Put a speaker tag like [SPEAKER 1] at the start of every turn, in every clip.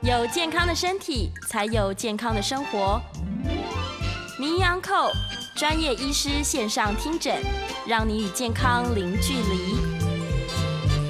[SPEAKER 1] 有健康的身体，才有健康的生活。名医 Uncle 专业医师线上听诊，让你与健康零距离。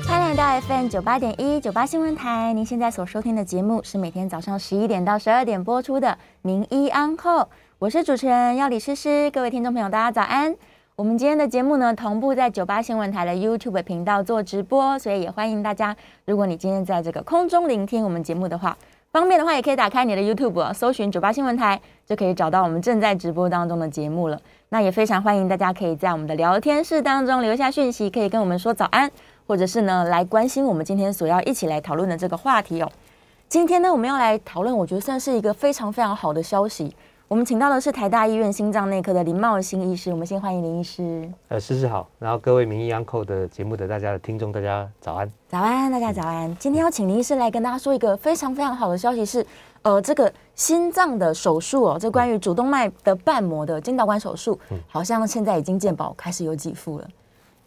[SPEAKER 2] 欢迎来到 FM 九八点一九八新闻台。您现在所收听的节目是每天早上十一点到十二点播出的《名医安后》，我是主持人要李诗诗。各位听众朋友，大家早安。我们今天的节目呢，同步在九八新闻台的 YouTube 频道做直播，所以也欢迎大家，如果你今天在这个空中聆听我们节目的话，方便的话也可以打开你的 YouTube，、哦、搜寻九八新闻台，就可以找到我们正在直播当中的节目了。那也非常欢迎大家可以在我们的聊天室当中留下讯息，可以跟我们说早安。或者是呢，来关心我们今天所要一起来讨论的这个话题哦。今天呢，我们要来讨论，我觉得算是一个非常非常好的消息。我们请到的是台大医院心脏内科的林茂兴医师，我们先欢迎林医师。
[SPEAKER 3] 呃，诗诗好，然后各位名医安扣的节目的大家的听众，大家早安。
[SPEAKER 2] 早安，大家早安。今天要请林医师来跟大家说一个非常非常好的消息是，呃，这个心脏的手术哦，这关于主动脉的瓣膜的经导管手术，好像现在已经健保开始有给付了。
[SPEAKER 3] 嗯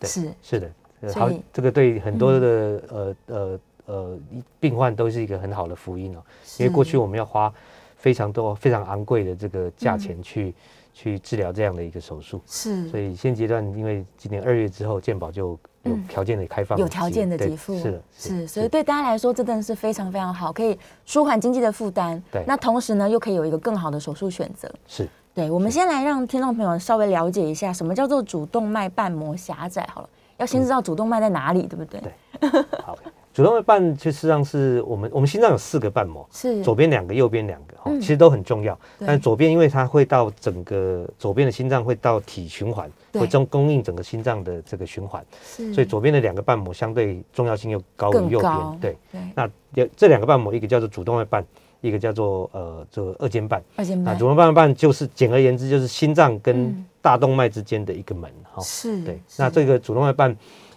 [SPEAKER 3] 对
[SPEAKER 2] 是
[SPEAKER 3] 是的，呃
[SPEAKER 2] 所
[SPEAKER 3] 好
[SPEAKER 2] 以，嗯
[SPEAKER 3] 这个对很多的、呃呃呃病患都是一个很好的福音哦，因为过去我们要花非常多、非常昂贵的这个
[SPEAKER 2] 嗯
[SPEAKER 3] 价钱去、去治疗这样的一个手术，
[SPEAKER 2] 是
[SPEAKER 3] 所以现阶段因为今年二月之后，健保就有条件的开放
[SPEAKER 2] 嗯
[SPEAKER 3] 给
[SPEAKER 2] 有
[SPEAKER 3] 付，
[SPEAKER 2] 条件的
[SPEAKER 3] 对
[SPEAKER 2] 给付，
[SPEAKER 3] 是的，
[SPEAKER 2] 是，所以对大家来说，这真的是非常非常好，可以舒缓经济的负担。
[SPEAKER 3] 对
[SPEAKER 2] 那同时呢，又可以有一个更好的手术选择。
[SPEAKER 3] 是
[SPEAKER 2] 对，我们先来让听众朋友稍微了解一下，什么叫做主动脉瓣膜狭窄？好了，要先知道主动脉在哪里，对不对？
[SPEAKER 3] 对好。主动脉瓣其实际上是我们我们心脏有四个瓣膜，
[SPEAKER 2] 是嗯
[SPEAKER 3] 左边两个，右边两个，哦，其实都很重要。
[SPEAKER 2] 对
[SPEAKER 3] 但左边因为它会到整个左边的心脏会到体循环，
[SPEAKER 2] 对
[SPEAKER 3] 会中供应整个心脏的这个循环，
[SPEAKER 2] 是
[SPEAKER 3] 所以左边的两个瓣膜相对重要性又高
[SPEAKER 2] 更
[SPEAKER 3] 于右
[SPEAKER 2] 高
[SPEAKER 3] 边。对，
[SPEAKER 2] 对
[SPEAKER 3] 那有这两个瓣膜，一个叫做主动脉瓣，一个叫做呃这个二尖瓣。
[SPEAKER 2] 二尖
[SPEAKER 3] 那
[SPEAKER 2] 瓣
[SPEAKER 3] 主动脉瓣就是简而言之就是心脏跟
[SPEAKER 2] 嗯
[SPEAKER 3] 大动脉之间的一个门哈。
[SPEAKER 2] 是
[SPEAKER 3] 对，
[SPEAKER 2] 是
[SPEAKER 3] 那这个主动脉瓣，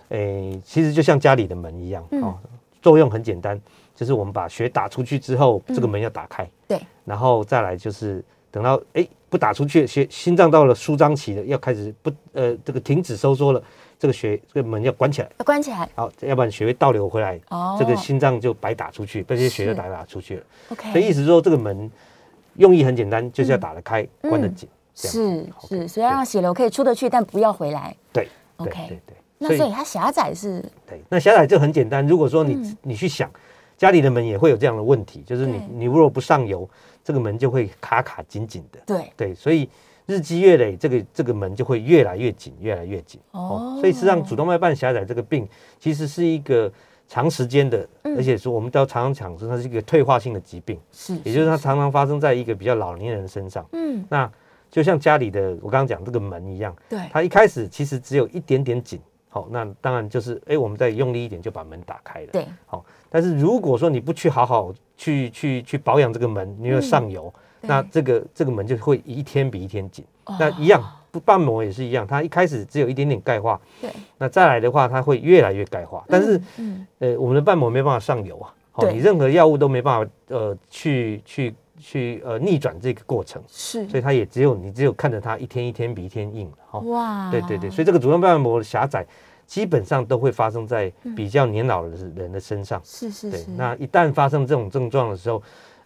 [SPEAKER 3] 诶、其实就像家里的门一样、
[SPEAKER 2] 嗯
[SPEAKER 3] 哦，作用很简单，就是我们把血打出去之后，这个门要打开，
[SPEAKER 2] 对
[SPEAKER 3] 然后再来就是等到诶不打出去，血心脏到了舒张期了，要开始不呃这个停止收缩了，这个血这个门要关起来，
[SPEAKER 2] 要关起来
[SPEAKER 3] 好，要不然血会倒流回来，
[SPEAKER 2] 哦
[SPEAKER 3] 这个心脏就白打出去，被这些血
[SPEAKER 2] 是
[SPEAKER 3] 就打打出去了。
[SPEAKER 2] ，OK，
[SPEAKER 3] 所以意思说这个门用意很简单，就是要打得开，
[SPEAKER 2] 嗯
[SPEAKER 3] 关得紧，这样
[SPEAKER 2] 是
[SPEAKER 3] OK，
[SPEAKER 2] 是，所以要让血流可以出得去，但不要回来。
[SPEAKER 3] 对对
[SPEAKER 2] OK
[SPEAKER 3] 对对对。
[SPEAKER 2] 那所以它狭窄是
[SPEAKER 3] 对，那狭窄就很简单。如果说你、你去想，家里的门也会有这样的问题，就是你
[SPEAKER 2] 嗯对
[SPEAKER 3] 你如果不上油，这个门就会卡卡紧紧的。
[SPEAKER 2] 对
[SPEAKER 3] 对，所以日积月累，这个这个门就会越来越紧，越来越紧。
[SPEAKER 2] 哦
[SPEAKER 3] 所以事实上，主动脉瓣狭窄这个病其实是一个长时间的，而且说我们都常常讲说它是一个退化性的疾病，
[SPEAKER 2] 是，
[SPEAKER 3] 也就是它常常发生在一个比较老年人身上。
[SPEAKER 2] 嗯
[SPEAKER 3] 那就像家里的我刚刚讲这个门一样，
[SPEAKER 2] 对
[SPEAKER 3] 它一开始其实只有一点点紧，好、那当然就是哎、我们再用力一点就把门打开了。，
[SPEAKER 2] 对
[SPEAKER 3] 好、但是如果说你不去好好去去去保养这个门，你有上油，
[SPEAKER 2] 对哦
[SPEAKER 3] 那这个这个门就会一天比一天紧。那一样，不瓣膜也是一样，它一开始只有一点点钙化，
[SPEAKER 2] 对
[SPEAKER 3] 那再来的话，它会越来越钙化。但是，
[SPEAKER 2] 嗯
[SPEAKER 3] 呃，我们的瓣膜没办法上游啊，哦，
[SPEAKER 2] 对
[SPEAKER 3] 你任何药物都没办法呃去去去呃逆转这个过程，
[SPEAKER 2] 是
[SPEAKER 3] 所以它也只有你只有看着它一天一天比一天硬了哦。
[SPEAKER 2] 哇
[SPEAKER 3] 对对对，所以这个主动瓣膜狭窄，基本上都会发生在
[SPEAKER 2] 嗯
[SPEAKER 3] 比较年老的人的身上。
[SPEAKER 2] 是是
[SPEAKER 3] 对
[SPEAKER 2] 是，，
[SPEAKER 3] 那一旦发生这种症状的时候，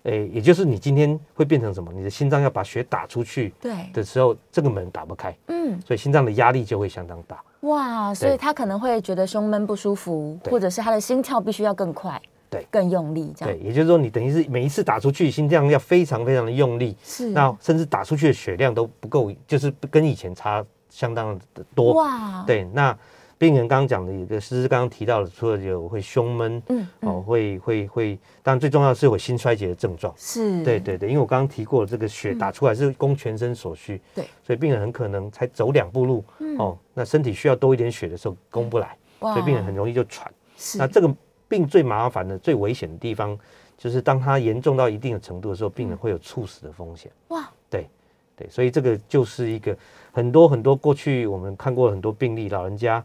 [SPEAKER 3] 诶，也就是你今天会变成什么？你的心脏要把血打出去
[SPEAKER 2] 对，
[SPEAKER 3] 的时候，这个门打不开，
[SPEAKER 2] 嗯，
[SPEAKER 3] 所以心脏的压力就会相当大。
[SPEAKER 2] 哇，所以他可能会觉得胸闷不舒服，
[SPEAKER 3] 对
[SPEAKER 2] 或者是他的心跳必须要更快，
[SPEAKER 3] 对
[SPEAKER 2] 更用力这
[SPEAKER 3] 对，
[SPEAKER 2] 样。
[SPEAKER 3] 也就是说，你等于是每一次打出去，心脏要非常非常的用力，
[SPEAKER 2] 是
[SPEAKER 3] 那甚至打出去的血量都不够，就是跟以前差相当的多。
[SPEAKER 2] 哇，
[SPEAKER 3] 对，那病人刚刚讲的一个，诗诗刚刚提到的，除了有会胸闷，
[SPEAKER 2] 嗯
[SPEAKER 3] 哦，会会会，当然最重要的是有心衰竭的症状。
[SPEAKER 2] 是，
[SPEAKER 3] 对对对，因为我刚刚提过，这个血打出来是供全身所需，
[SPEAKER 2] 嗯对，嗯
[SPEAKER 3] 所以病人很可能才走两步路，哦，那身体需要多一点血的时候供不来，
[SPEAKER 2] 哇嗯
[SPEAKER 3] 所以病人很容易就喘。
[SPEAKER 2] 是
[SPEAKER 3] 那这个病最麻烦的、最危险的地方，就是当它严重到一定的程度的时候，病人会有猝死的风险。
[SPEAKER 2] 嗯哇，
[SPEAKER 3] 对对，所以这个就是一个很多很多过去我们看过很多病例，老人家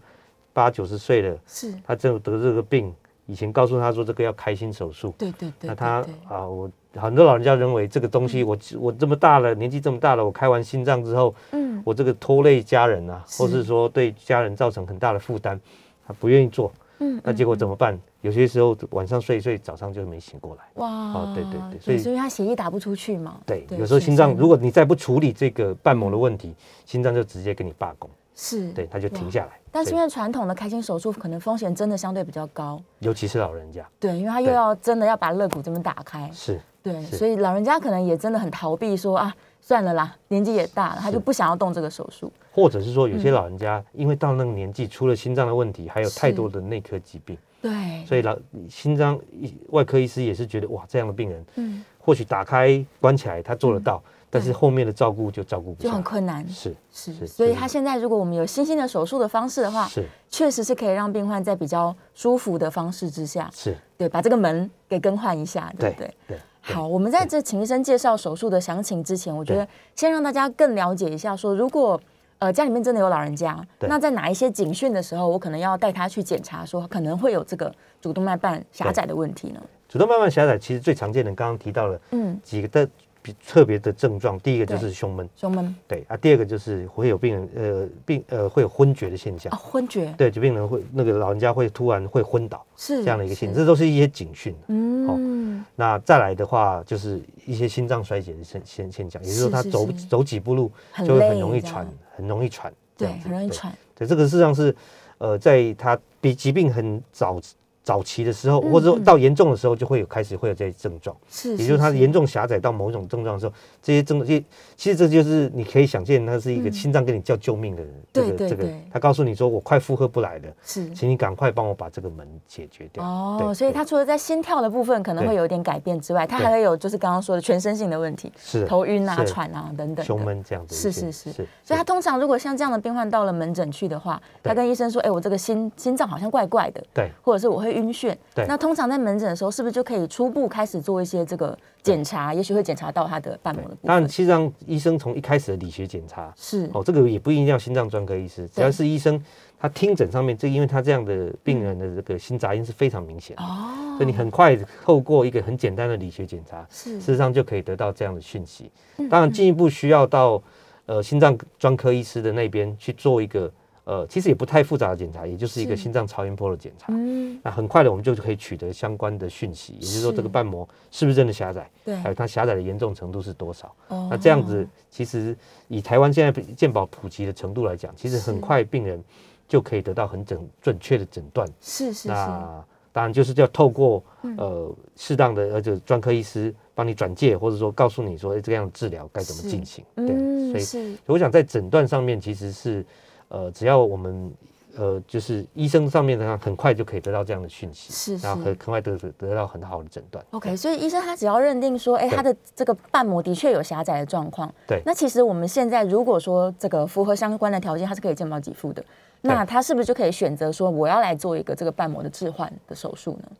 [SPEAKER 3] 八九十岁了，
[SPEAKER 2] 是，
[SPEAKER 3] 他真的得这个病，以前告诉他说这个要开心手术，
[SPEAKER 2] 对对对，
[SPEAKER 3] 那
[SPEAKER 2] 对
[SPEAKER 3] 他
[SPEAKER 2] 对
[SPEAKER 3] 啊，我很多老人家认为这个东西，我我这么大了，年纪这么大了，我开完心脏之后，
[SPEAKER 2] 嗯，
[SPEAKER 3] 我这个拖累家人啊，或
[SPEAKER 2] 是
[SPEAKER 3] 是说对家人造成很大的负担，他不愿意做。
[SPEAKER 2] 嗯
[SPEAKER 3] 那结果怎么办？有些时候晚上睡一睡，早上就没醒过来。
[SPEAKER 2] 哇，
[SPEAKER 3] 哦对对对所以
[SPEAKER 2] 所以他血液打不出去嘛，
[SPEAKER 3] 对，有时候心脏如
[SPEAKER 2] 果
[SPEAKER 3] 果你再不处理这个瓣膜的问题，心脏就直接跟你罢工，
[SPEAKER 2] 是
[SPEAKER 3] 对，，它就停下来。
[SPEAKER 2] 但是因
[SPEAKER 3] 对
[SPEAKER 2] 为传统的开心手术可能风险真的相对比较高，
[SPEAKER 3] 尤其是老人家，
[SPEAKER 2] 对，因为他又
[SPEAKER 3] 对
[SPEAKER 2] 要真的要把肋骨这边打开，
[SPEAKER 3] 是
[SPEAKER 2] 对，
[SPEAKER 3] 是
[SPEAKER 2] 所以老人家可能也真的很逃避说啊，算了啦，年纪也大了，他就不想要动这个手术，
[SPEAKER 3] 或者是说
[SPEAKER 2] 嗯
[SPEAKER 3] 有些老人家因为到那个年纪，除了心脏的问题，还有太
[SPEAKER 2] 是
[SPEAKER 3] 多的内科疾病，
[SPEAKER 2] 对，
[SPEAKER 3] 所以老心脏医外科医师也是觉得哇，这样的病人
[SPEAKER 2] 嗯，
[SPEAKER 3] 或许打开关起来他做得到，但是后面的照顾就照顾不
[SPEAKER 2] 就
[SPEAKER 3] 上
[SPEAKER 2] 很，困难，
[SPEAKER 3] 是
[SPEAKER 2] 是，
[SPEAKER 3] 是
[SPEAKER 2] 所以
[SPEAKER 3] 就是
[SPEAKER 2] 他现在如果我们有新兴的手术的方式的话，
[SPEAKER 3] 是
[SPEAKER 2] 确实是可以让病患在比较舒服的方式之下，
[SPEAKER 3] 是，
[SPEAKER 2] 对，把这个门给更换一下，对
[SPEAKER 3] 对
[SPEAKER 2] 不对？
[SPEAKER 3] 对，
[SPEAKER 2] 好，我们在这请医生介绍手术的详情之前，我觉得先让大家更了解一下说如果呃家里面真的有老人家，
[SPEAKER 3] 对
[SPEAKER 2] 那在哪一些警讯的时候，我可能要带他去检查，说可能会有这个主动脉瓣狭窄的问题呢？
[SPEAKER 3] 主动脉瓣狭窄其实最常见的，刚刚提到了
[SPEAKER 2] 嗯，
[SPEAKER 3] 几个的比特别的症状，第一个就
[SPEAKER 2] 对
[SPEAKER 3] 是胸闷，
[SPEAKER 2] 胸闷
[SPEAKER 3] 对啊，第二个就是会有病人呃病呃会有昏厥的现象
[SPEAKER 2] 啊，，昏厥
[SPEAKER 3] 对，就病人会那个老人家会突然会昏倒
[SPEAKER 2] 是
[SPEAKER 3] 这样的一个哦现
[SPEAKER 2] 是
[SPEAKER 3] 象，这都是一些警讯。啊
[SPEAKER 2] 嗯，
[SPEAKER 3] 那再来的话，就是一些心脏衰竭的现现现象，也就是说
[SPEAKER 2] 是
[SPEAKER 3] 他
[SPEAKER 2] 是
[SPEAKER 3] 走
[SPEAKER 2] 是
[SPEAKER 3] 走几步路
[SPEAKER 2] 很
[SPEAKER 3] 就会
[SPEAKER 2] 累
[SPEAKER 3] 很容易
[SPEAKER 2] 这
[SPEAKER 3] 喘
[SPEAKER 2] 样，
[SPEAKER 3] 很容易喘，这
[SPEAKER 2] 对
[SPEAKER 3] 样，子
[SPEAKER 2] 很容易
[SPEAKER 3] 对
[SPEAKER 2] 喘，
[SPEAKER 3] 对，这个事实上是，呃，在他比疾病很早早期的时候，
[SPEAKER 2] 嗯
[SPEAKER 3] 或者说
[SPEAKER 2] 嗯
[SPEAKER 3] 到严重的时候，就会有开始会有这些症状，
[SPEAKER 2] 是，
[SPEAKER 3] 也就是他
[SPEAKER 2] 是
[SPEAKER 3] 严重狭窄到某种症状的时候，这些症这其实这就是你可以想见，他是一个
[SPEAKER 2] 嗯
[SPEAKER 3] 心脏跟你叫救命的人，
[SPEAKER 2] 对对
[SPEAKER 3] 这个
[SPEAKER 2] 对
[SPEAKER 3] 他告诉你说我快负荷不来了，
[SPEAKER 2] 是
[SPEAKER 3] 请你赶快帮我把这个门解决掉。
[SPEAKER 2] 哦，
[SPEAKER 3] 对
[SPEAKER 2] 所以
[SPEAKER 3] 对
[SPEAKER 2] 他除了在心跳的部分可能
[SPEAKER 3] 对
[SPEAKER 2] 会有一点改变之外，他
[SPEAKER 3] 对
[SPEAKER 2] 还会有就是刚刚说的全身性的问题，
[SPEAKER 3] 是
[SPEAKER 2] 头晕啊、
[SPEAKER 3] 是
[SPEAKER 2] 喘啊等等的
[SPEAKER 3] 胸闷这样子
[SPEAKER 2] 是
[SPEAKER 3] 一些，
[SPEAKER 2] 是是
[SPEAKER 3] 是，
[SPEAKER 2] 所以他通常如果像这样的病患到了门诊去的话，
[SPEAKER 3] 对
[SPEAKER 2] 他跟医生说：“哎、我这个心心脏好像怪怪的，
[SPEAKER 3] 对
[SPEAKER 2] 或者是我会晕眩。”
[SPEAKER 3] 对
[SPEAKER 2] 那通常在门诊的时候，是不是就可以初步开始做一些这个检查？也许会检查到他的瓣膜的部
[SPEAKER 3] 当然，
[SPEAKER 2] 分。
[SPEAKER 3] 其实让医生从一开始的理学检查，
[SPEAKER 2] 是
[SPEAKER 3] 哦，这个也不一定要心脏专科医师，只要
[SPEAKER 2] 对
[SPEAKER 3] 是医生，他听诊上面，这因为他这样的病人的这个心杂音是非常明显的，
[SPEAKER 2] 哦
[SPEAKER 3] 所以你很快透过一个很简单的理学检查，
[SPEAKER 2] 是
[SPEAKER 3] 事实上就可以得到这样的讯息。
[SPEAKER 2] 嗯
[SPEAKER 3] 当然，进一步需要到呃心脏专科医师的那边去做一个呃，其实也不太复杂的检查，也就是一个
[SPEAKER 2] 是
[SPEAKER 3] 心脏超音波的检查。
[SPEAKER 2] 嗯
[SPEAKER 3] 那很快的，我们就可以取得相关的讯息，也就是说
[SPEAKER 2] 是
[SPEAKER 3] 这个瓣膜是不是真的狭窄，
[SPEAKER 2] 对
[SPEAKER 3] 还有它狭窄的严重程度是多少。
[SPEAKER 2] 哦
[SPEAKER 3] 那这样子，其实以台湾现在健保普及的程度来讲，其实
[SPEAKER 2] 是
[SPEAKER 3] 很快病人就可以得到很准准确的诊断。
[SPEAKER 2] 是是嗯是
[SPEAKER 3] 那当然就是要透过呃适当的呃就是专科医师帮你转介，或者说告诉你说哎这样的治疗该怎么
[SPEAKER 2] 是
[SPEAKER 3] 进行。对，啊所
[SPEAKER 2] 嗯
[SPEAKER 3] 以
[SPEAKER 2] 是
[SPEAKER 3] 我想在诊断上面其实是呃只要我们。呃，就是医生上面的话，很快就可以得到这样的讯息，
[SPEAKER 2] 是
[SPEAKER 3] 然后
[SPEAKER 2] 是
[SPEAKER 3] 很很快得得到很好的诊断。
[SPEAKER 2] OK，所以医生他只要认定说，哎、
[SPEAKER 3] 对
[SPEAKER 2] 他的这个瓣膜的确有狭窄的状况，
[SPEAKER 3] 对
[SPEAKER 2] 那其实我们现在如果说这个符合相关的条件，他是可以健保给付的，那他是不是就可以选择说我要来做一个这个瓣膜的置换的手术呢？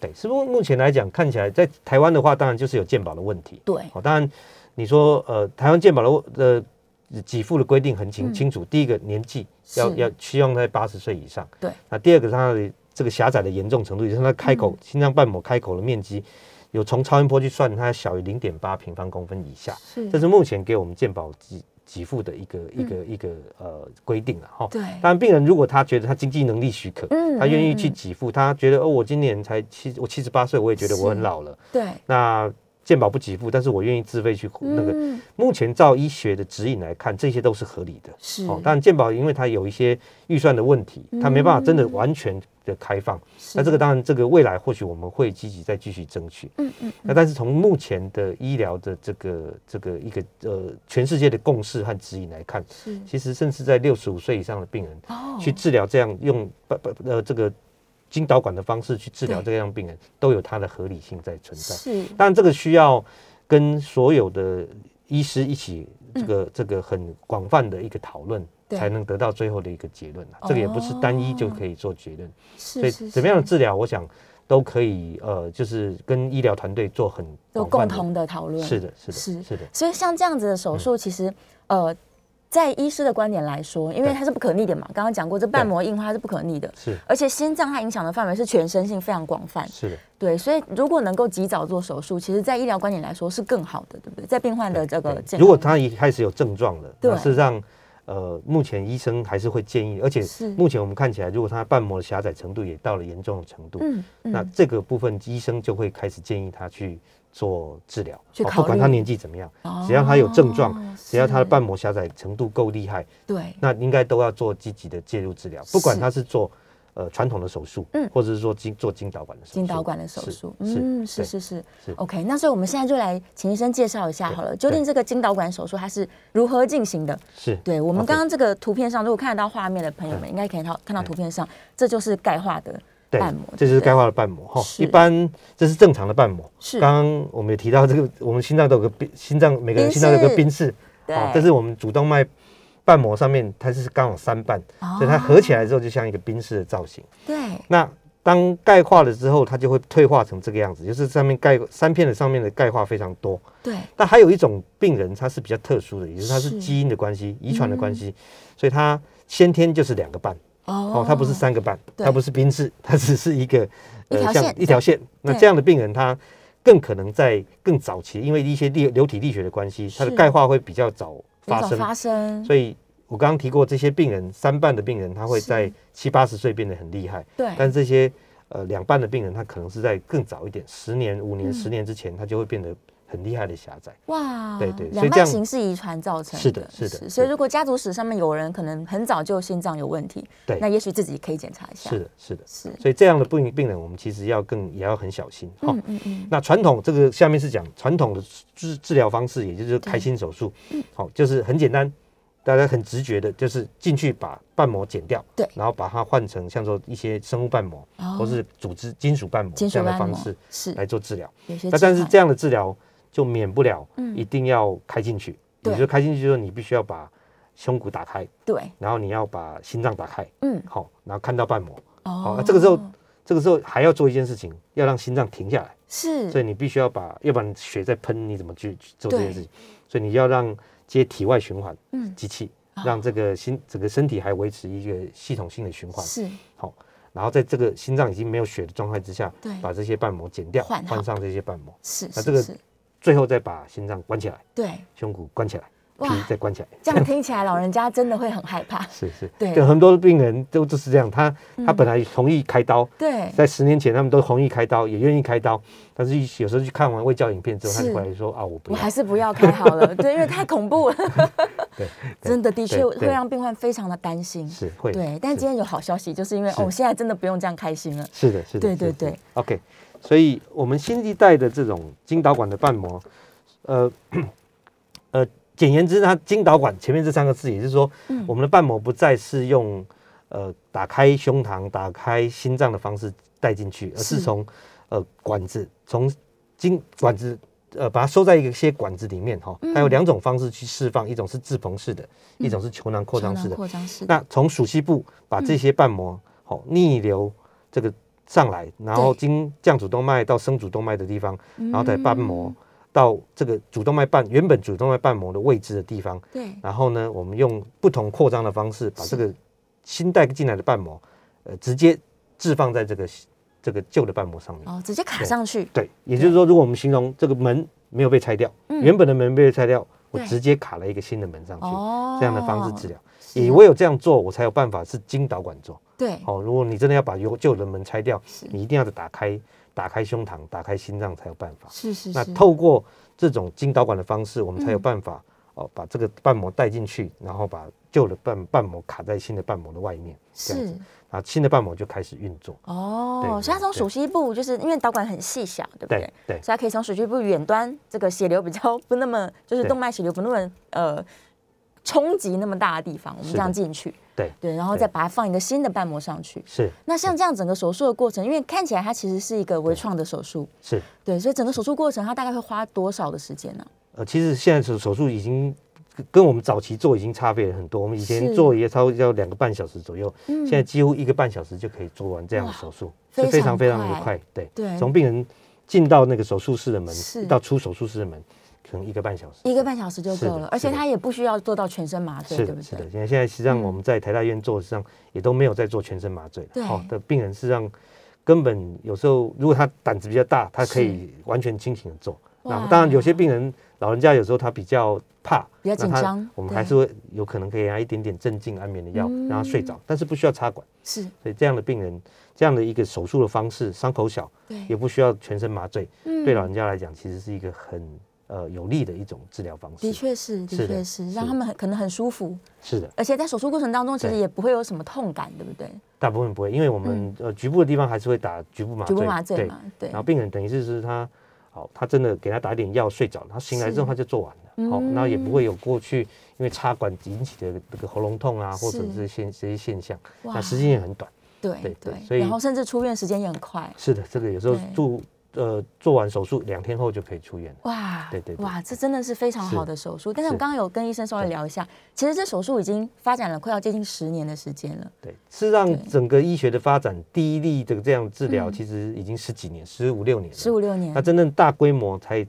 [SPEAKER 3] 对，是不过目前来讲，看起来在台湾的话，当然就是有健保的问题。
[SPEAKER 2] 对，
[SPEAKER 3] 哦，当然你说呃，台湾健保的呃给付的规定很清清楚，第一个年纪
[SPEAKER 2] 嗯
[SPEAKER 3] 要
[SPEAKER 2] 是
[SPEAKER 3] 要希望在八十岁以上，
[SPEAKER 2] 对，
[SPEAKER 3] 那第二个它的这个狭窄的严重程度，也就是它开
[SPEAKER 2] 嗯
[SPEAKER 3] 口、心脏瓣膜开口的面积。有从超音波去算，它小于零点八平方公分以下，
[SPEAKER 2] 是
[SPEAKER 3] 这是目前给我们健保给给付的一个一个一个呃规定了哈。
[SPEAKER 2] 嗯对
[SPEAKER 3] 当然，病人如果他觉得他经济能力许可，
[SPEAKER 2] 嗯
[SPEAKER 3] 他
[SPEAKER 2] 嗯
[SPEAKER 3] 愿意去
[SPEAKER 2] 嗯
[SPEAKER 3] 给付，他觉得哦，我今年才七，我七十八岁，我也觉得我很
[SPEAKER 2] 是
[SPEAKER 3] 老了，
[SPEAKER 2] 对，
[SPEAKER 3] 那健保不给付，但是我愿意自费去那个。
[SPEAKER 2] 嗯
[SPEAKER 3] 目前照医学的指引来看，这些都是合理的。
[SPEAKER 2] 是
[SPEAKER 3] 哦，当然健保因为它有一些预算的问
[SPEAKER 2] 嗯
[SPEAKER 3] 题，它没办法真的完全的开放。那这个当然，这个未来或许我们会积极再继续争取。
[SPEAKER 2] 嗯嗯
[SPEAKER 3] 那但是从目前的医疗的这个这个一个呃全世界的共识和指引来看，
[SPEAKER 2] 是
[SPEAKER 3] 其实甚至在六十五岁以上的病人
[SPEAKER 2] 哦
[SPEAKER 3] 去治疗这样用不不呃这个经导管的方式去治疗这样病人，都有它的合理性在存在。
[SPEAKER 2] 是
[SPEAKER 3] 当然，这个需要跟所有的医师一起，这个、这个很广泛的一个讨论，
[SPEAKER 2] 嗯对哦
[SPEAKER 3] 才能得到最后的一个结论、啊、这个也不是单一就可以做结论，啊所
[SPEAKER 2] 是
[SPEAKER 3] 以怎么样的治疗，我想都可以，呃，就是跟医疗团队做很
[SPEAKER 2] 有
[SPEAKER 3] 广
[SPEAKER 2] 共
[SPEAKER 3] 泛的
[SPEAKER 2] 同的讨论
[SPEAKER 3] 是的，是的，
[SPEAKER 2] 是
[SPEAKER 3] 是的，
[SPEAKER 2] 所以像这样子的手
[SPEAKER 3] 嗯
[SPEAKER 2] 术，其实呃，在医师的观点来说，因为
[SPEAKER 3] 对
[SPEAKER 2] 它是不可逆的嘛，刚刚讲过，这瓣膜硬化它是不可逆的，
[SPEAKER 3] 是
[SPEAKER 2] 而且心脏它影响的范围是全身性非常广泛，
[SPEAKER 3] 是的，
[SPEAKER 2] 对，所以如果能够及早做手术，其实，在医疗观点来说是更好的，对不对？在病患的这个
[SPEAKER 3] 对
[SPEAKER 2] 健康
[SPEAKER 3] 如果他一开始有症状了，
[SPEAKER 2] 对
[SPEAKER 3] 那事实上。呃，目前医生还是会建议，而且
[SPEAKER 2] 是
[SPEAKER 3] 目前我们看起来，如果他瓣膜的狭窄程度也到了严重的程度，
[SPEAKER 2] 嗯，嗯
[SPEAKER 3] 那这个部分医生就会开始建议他去做治疗，哦
[SPEAKER 2] 去考
[SPEAKER 3] 不管他
[SPEAKER 2] 虑
[SPEAKER 3] 年纪怎么样，只要他有症状
[SPEAKER 2] 哦
[SPEAKER 3] 只要他
[SPEAKER 2] 是
[SPEAKER 3] 的瓣膜狭窄程度够厉害，
[SPEAKER 2] 对，
[SPEAKER 3] 那应该都要做积极的介入治疗，不管
[SPEAKER 2] 是
[SPEAKER 3] 他是做呃传统的手术，
[SPEAKER 2] 嗯
[SPEAKER 3] 或者是说经做经导管的手术，
[SPEAKER 2] 进导管的手术，
[SPEAKER 3] 是
[SPEAKER 2] 嗯，是
[SPEAKER 3] 对
[SPEAKER 2] 是是
[SPEAKER 3] 是
[SPEAKER 2] ，OK。那所以我们现在就来请医生介绍一下好了，究竟这个经导管手术它是如何进行的？
[SPEAKER 3] 是，
[SPEAKER 2] 对我们
[SPEAKER 3] OK
[SPEAKER 2] 刚刚这个图片上，如果看得到画面的朋友
[SPEAKER 3] 嗯
[SPEAKER 2] 们，应该可以看到看到图片上，这就是钙化的
[SPEAKER 3] 对
[SPEAKER 2] 瓣膜，
[SPEAKER 3] 这就
[SPEAKER 2] 对
[SPEAKER 3] 是
[SPEAKER 2] 不对
[SPEAKER 3] 钙化的瓣膜哈。
[SPEAKER 2] 是
[SPEAKER 3] 一般这是正常的瓣膜。
[SPEAKER 2] 是
[SPEAKER 3] 刚哦刚我们也提到这个，我们心脏都有个宾，心脏每个人
[SPEAKER 2] 宾
[SPEAKER 3] 心脏都有个
[SPEAKER 2] 氏
[SPEAKER 3] 宾氏，
[SPEAKER 2] 对
[SPEAKER 3] 哦，但是我们主动脉瓣膜上面它是刚好三瓣，所以它合起来之后就像一个宾氏的造型。
[SPEAKER 2] 哦对，
[SPEAKER 3] 那当钙化了之后，它就会退化成这个样子，就是上面钙三片的上面的钙化非常多。
[SPEAKER 2] 对，
[SPEAKER 3] 但还有一种病人，他是比较特殊的，也就是他
[SPEAKER 2] 是
[SPEAKER 3] 是嗯基因的关系、遗传的关系，所以他先天就是两个瓣
[SPEAKER 2] 哦
[SPEAKER 3] 哦，他不是三个瓣，
[SPEAKER 2] 对
[SPEAKER 3] 他不是宾氏，他只是一个呃
[SPEAKER 2] 一条
[SPEAKER 3] 像
[SPEAKER 2] 线
[SPEAKER 3] 一条线。那
[SPEAKER 2] 对
[SPEAKER 3] 这样的病人，他更可能在更早期，因为一些流流体力学的关系，他的
[SPEAKER 2] 是
[SPEAKER 3] 钙化会比较早
[SPEAKER 2] 有一
[SPEAKER 3] 发
[SPEAKER 2] 种
[SPEAKER 3] 生，
[SPEAKER 2] 发生，
[SPEAKER 3] 所以。我刚刚提过，这些病人三瓣的病人，他会
[SPEAKER 2] 是
[SPEAKER 3] 在七八十岁变得很厉害。
[SPEAKER 2] 对，
[SPEAKER 3] 但这些呃两半的病人，他可能是在更早一点，十年、五
[SPEAKER 2] 嗯
[SPEAKER 3] 年、十年之前，他就会变得很厉害的狭窄。
[SPEAKER 2] 哇，
[SPEAKER 3] 对对所
[SPEAKER 2] 两
[SPEAKER 3] 以这
[SPEAKER 2] 半
[SPEAKER 3] 样
[SPEAKER 2] 型是遗传造成的，
[SPEAKER 3] 是的是的
[SPEAKER 2] 所以
[SPEAKER 3] 是
[SPEAKER 2] 如果家族史上面有人可能很早就心脏有问题，
[SPEAKER 3] 对
[SPEAKER 2] 那也许自己可以检查一下，
[SPEAKER 3] 是的，是的。
[SPEAKER 2] 是，
[SPEAKER 3] 所以这样的病病人，我们其实要更也要很小心哈。
[SPEAKER 2] 嗯嗯嗯，
[SPEAKER 3] 那传统这个下面是讲传统的治治疗方式，也就是开心手术，
[SPEAKER 2] 嗯
[SPEAKER 3] 好、就是很简单，大家很直觉的，就是进去把瓣膜剪掉，
[SPEAKER 2] 对
[SPEAKER 3] 然后把它换成像说一些生物瓣膜、
[SPEAKER 2] 哦
[SPEAKER 3] 或是组织金属瓣膜
[SPEAKER 2] 金属
[SPEAKER 3] 这样的
[SPEAKER 2] 瓣
[SPEAKER 3] 方
[SPEAKER 2] 膜
[SPEAKER 3] 式
[SPEAKER 2] 是
[SPEAKER 3] 来做治疗。
[SPEAKER 2] 有些
[SPEAKER 3] 那
[SPEAKER 2] 疾
[SPEAKER 3] 但是
[SPEAKER 2] 患
[SPEAKER 3] 这样的治疗就免不了，
[SPEAKER 2] 嗯
[SPEAKER 3] 一定要开进去。
[SPEAKER 2] 对
[SPEAKER 3] 也就是开进去之后，你必须要把胸骨打开，
[SPEAKER 2] 对，
[SPEAKER 3] 然后你要把心脏打开，
[SPEAKER 2] 嗯，
[SPEAKER 3] 好、然后看到瓣膜。啊
[SPEAKER 2] 哦
[SPEAKER 3] 那这个时候这个时候还要做一件事情，要让心脏停下来，所
[SPEAKER 2] 是
[SPEAKER 3] 以你必须要把，要不然血在喷，你怎么去去做这件
[SPEAKER 2] 对
[SPEAKER 3] 事情？所以你要让接体外循环
[SPEAKER 2] 嗯
[SPEAKER 3] 机器，
[SPEAKER 2] 哦
[SPEAKER 3] 让这个心整个身体还维持一个系统性的循环。
[SPEAKER 2] 是
[SPEAKER 3] 好、然后在这个心脏已经没有血的状态之下
[SPEAKER 2] 对，
[SPEAKER 3] 把这些瓣膜剪掉，
[SPEAKER 2] 换好
[SPEAKER 3] 换上这些瓣膜。
[SPEAKER 2] 是
[SPEAKER 3] 那
[SPEAKER 2] 是
[SPEAKER 3] 这个
[SPEAKER 2] 是，
[SPEAKER 3] 最后再把心脏关起来，
[SPEAKER 2] 对，
[SPEAKER 3] 胸骨关起来，
[SPEAKER 2] 哇
[SPEAKER 3] 皮再关起来。
[SPEAKER 2] 这样听起来老人家真的会很害 怕，
[SPEAKER 3] 是是，
[SPEAKER 2] 对
[SPEAKER 3] 很多病人都都是这样，他他
[SPEAKER 2] 嗯
[SPEAKER 3] 本来同意开刀，
[SPEAKER 2] 对，
[SPEAKER 3] 在十年前他们都同意开刀，也愿意开刀，但是有时候去看完卫教影片之后，他
[SPEAKER 2] 是
[SPEAKER 3] 就回来说啊，我不
[SPEAKER 2] 我
[SPEAKER 3] 要
[SPEAKER 2] 还。是不要开好 了，对，因为太恐怖了，
[SPEAKER 3] 对，
[SPEAKER 2] 真的的确
[SPEAKER 3] 对
[SPEAKER 2] 会
[SPEAKER 3] 对
[SPEAKER 2] 让病患非常的担心，
[SPEAKER 3] 是会。
[SPEAKER 2] 对，但
[SPEAKER 3] 是
[SPEAKER 2] 今天有好消息，就是因为
[SPEAKER 3] 是
[SPEAKER 2] 哦，现在真的不用这样开心了，
[SPEAKER 3] 是的，是的，
[SPEAKER 2] 对
[SPEAKER 3] 是
[SPEAKER 2] 对
[SPEAKER 3] 的
[SPEAKER 2] 对。
[SPEAKER 3] OK，所以我们新一代的这种经导管的瓣膜，呃 呃，简言之，它经导管前面这三个字，也就是说，
[SPEAKER 2] 嗯
[SPEAKER 3] 我们的瓣膜不再是用呃打开胸膛、打开心脏的方式带进去，而是
[SPEAKER 2] 是
[SPEAKER 3] 从呃管子从经管子。呃，把它收在一些管子里面哈，
[SPEAKER 2] 嗯
[SPEAKER 3] 它有两种方式去释放，一种是自膨式的，一种是球囊扩张式的。
[SPEAKER 2] 扩张式的，
[SPEAKER 3] 那从属西部把
[SPEAKER 2] 嗯
[SPEAKER 3] 这些瓣膜好、逆流这个上来，然后经降主动脉到升主动脉的地方，
[SPEAKER 2] 嗯
[SPEAKER 3] 然后再瓣膜到这个主动脉瓣原本主动脉瓣膜的位置的地方，
[SPEAKER 2] 对，
[SPEAKER 3] 然后呢，我们用不同扩张的方式把这个新带进来的瓣膜，呃，直接置放在这个这个旧的瓣膜上面。
[SPEAKER 2] 哦，直接卡
[SPEAKER 3] 对
[SPEAKER 2] 上去，
[SPEAKER 3] 对，也就是说，如果我们形容这个门没有被拆掉，原本的门被拆掉，我
[SPEAKER 2] 嗯对
[SPEAKER 3] 直接卡了一个新的门上去，
[SPEAKER 2] 哦，
[SPEAKER 3] 这样的方式治疗。
[SPEAKER 2] 是
[SPEAKER 3] 也唯有这样做，我才有办法是经导管做。
[SPEAKER 2] 对，
[SPEAKER 3] 哦，如果你真的要把旧旧的门拆掉
[SPEAKER 2] 是，
[SPEAKER 3] 你一定要打开打开胸膛、打开心脏才有办法。
[SPEAKER 2] 是是
[SPEAKER 3] 那
[SPEAKER 2] 是，嗯
[SPEAKER 3] 透过这种经导管的方式，我们才有办法、哦把这个瓣膜带进去，然后把旧的瓣瓣膜卡在新的瓣膜的外面，这样子，
[SPEAKER 2] 是
[SPEAKER 3] 然后新的瓣膜就开始运作。对
[SPEAKER 2] 哦，
[SPEAKER 3] 对
[SPEAKER 2] 所以它从
[SPEAKER 3] 对
[SPEAKER 2] 属膝部，就是因为导管很细小，对不对？
[SPEAKER 3] 对对
[SPEAKER 2] 所以它可以从属膝部远端，这个血流比较不那么，就是
[SPEAKER 3] 对
[SPEAKER 2] 动脉血流不那么呃冲击那么大的地方，我们
[SPEAKER 3] 是
[SPEAKER 2] 这样
[SPEAKER 3] 的
[SPEAKER 2] 进去，
[SPEAKER 3] 对，
[SPEAKER 2] 对，然后
[SPEAKER 3] 对
[SPEAKER 2] 再把它放一个新的瓣膜上去。
[SPEAKER 3] 是
[SPEAKER 2] 那像这样整个手术的过程，因为看起来它其实是一个微创的手术，
[SPEAKER 3] 是。
[SPEAKER 2] 对，所以整个手术过程它大概会花多少的时间呢、
[SPEAKER 3] 呃，其实现在手手术已经跟跟我们早期做已经差别了很多。我们以前
[SPEAKER 2] 是嗯
[SPEAKER 3] 做也超要两个半小时左右，现在几乎一个半小时就可以做完这样的
[SPEAKER 2] 哇
[SPEAKER 3] 手术，
[SPEAKER 2] 非
[SPEAKER 3] 是非
[SPEAKER 2] 常
[SPEAKER 3] 常非常的
[SPEAKER 2] 快
[SPEAKER 3] 快。对，
[SPEAKER 2] 对
[SPEAKER 3] 从病人进到那个手术室的门
[SPEAKER 2] 是，
[SPEAKER 3] 到出手术室的门，可能一个半小时。
[SPEAKER 2] 一个半小时就够
[SPEAKER 3] 是
[SPEAKER 2] 了
[SPEAKER 3] 的，
[SPEAKER 2] 而且
[SPEAKER 3] 是的
[SPEAKER 2] 它也不需要做到全身麻醉，
[SPEAKER 3] 是
[SPEAKER 2] 对不
[SPEAKER 3] 的，是的
[SPEAKER 2] 对，？
[SPEAKER 3] 现在现在实际上
[SPEAKER 2] 嗯
[SPEAKER 3] 我们在台大医院做，实际上也都没有在做全身麻醉
[SPEAKER 2] 对
[SPEAKER 3] 了。的病人实际上根本有时候，如果他胆子比较大，他可以完全清醒的做。那
[SPEAKER 2] 哇
[SPEAKER 3] 当然有些病人老人家有时候他比较怕，
[SPEAKER 2] 比较
[SPEAKER 3] 那
[SPEAKER 2] 紧
[SPEAKER 3] 他
[SPEAKER 2] 张
[SPEAKER 3] 我们
[SPEAKER 2] 对嗯
[SPEAKER 3] 还是会有可能可以给他一点点镇静安眠的药，让他睡着，但是不需要插管。
[SPEAKER 2] 是
[SPEAKER 3] 所以这样的病人，这样的一个手术的方式，伤口小，也
[SPEAKER 2] 对，
[SPEAKER 3] 不需要全身麻醉，
[SPEAKER 2] 哎嗯
[SPEAKER 3] 对老人家来讲，其实是一个很呃有利的一种治疗方
[SPEAKER 2] 的
[SPEAKER 3] 式。
[SPEAKER 2] 确是，的
[SPEAKER 3] 是的
[SPEAKER 2] 确是，让
[SPEAKER 3] 是
[SPEAKER 2] 他们很可能很舒服，
[SPEAKER 3] 是的，
[SPEAKER 2] 而且在手术过程当中，其实
[SPEAKER 3] 对
[SPEAKER 2] 也不会有什么痛感，对不对？
[SPEAKER 3] 大部分不会，因为我们呃局部的地方还是会打局部麻
[SPEAKER 2] 嗯局
[SPEAKER 3] 醉，
[SPEAKER 2] 部麻醉
[SPEAKER 3] 对。
[SPEAKER 2] 嘛，对
[SPEAKER 3] 然，后病人等于是是他，好，他真的给他打一点药睡着，他醒来之
[SPEAKER 2] 是嗯
[SPEAKER 3] 后他就做完了，好，那也不会有过去因为插管引起的这个喉咙痛啊，或者
[SPEAKER 2] 是
[SPEAKER 3] 这些现这些现象，
[SPEAKER 2] 哇
[SPEAKER 3] 那时间也很短。
[SPEAKER 2] 对
[SPEAKER 3] 对对
[SPEAKER 2] 对，
[SPEAKER 3] 所以
[SPEAKER 2] 然后甚至出院时间也很快，
[SPEAKER 3] 是的，这个有时候
[SPEAKER 2] 对
[SPEAKER 3] 住呃做完手术两天后就可以出院了。
[SPEAKER 2] 哇，
[SPEAKER 3] 对对对
[SPEAKER 2] 哇，这真的是非常好的手术。但是我
[SPEAKER 3] 是
[SPEAKER 2] 刚刚有跟医生稍微聊一下，其实这手术已经发展了快要接近十年的时间了，
[SPEAKER 3] 对，是让
[SPEAKER 2] 对
[SPEAKER 3] 整个医学的发展第一例的这样治疗，其实已经十几年，十五六年了，
[SPEAKER 2] 嗯十五六年
[SPEAKER 3] 那，真正大规模才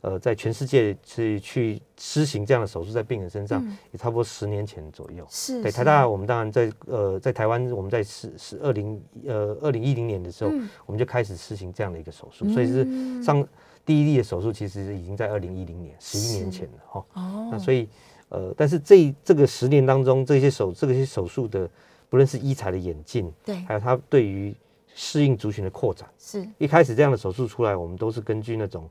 [SPEAKER 3] 呃在全世界去去施行这样的手术在病人身上，也差不多十年前左右。
[SPEAKER 2] 嗯是
[SPEAKER 3] 对
[SPEAKER 2] 是
[SPEAKER 3] 台大，我们当然在呃在台湾，我们在十十二零呃二零一零年的时候，
[SPEAKER 2] 嗯
[SPEAKER 3] 我们就开始施行这样的一个手术，所以是上第一例的手术，其实已经在二零一零年十一年前了哈。
[SPEAKER 2] 哦
[SPEAKER 3] 那所以呃，但是这这个十年当中，这些手这些手术的，不论是医材的演进，
[SPEAKER 2] 对
[SPEAKER 3] 还有它对于适应族群的扩展，
[SPEAKER 2] 是，
[SPEAKER 3] 一开始这样的手术出来，我们都是根据那种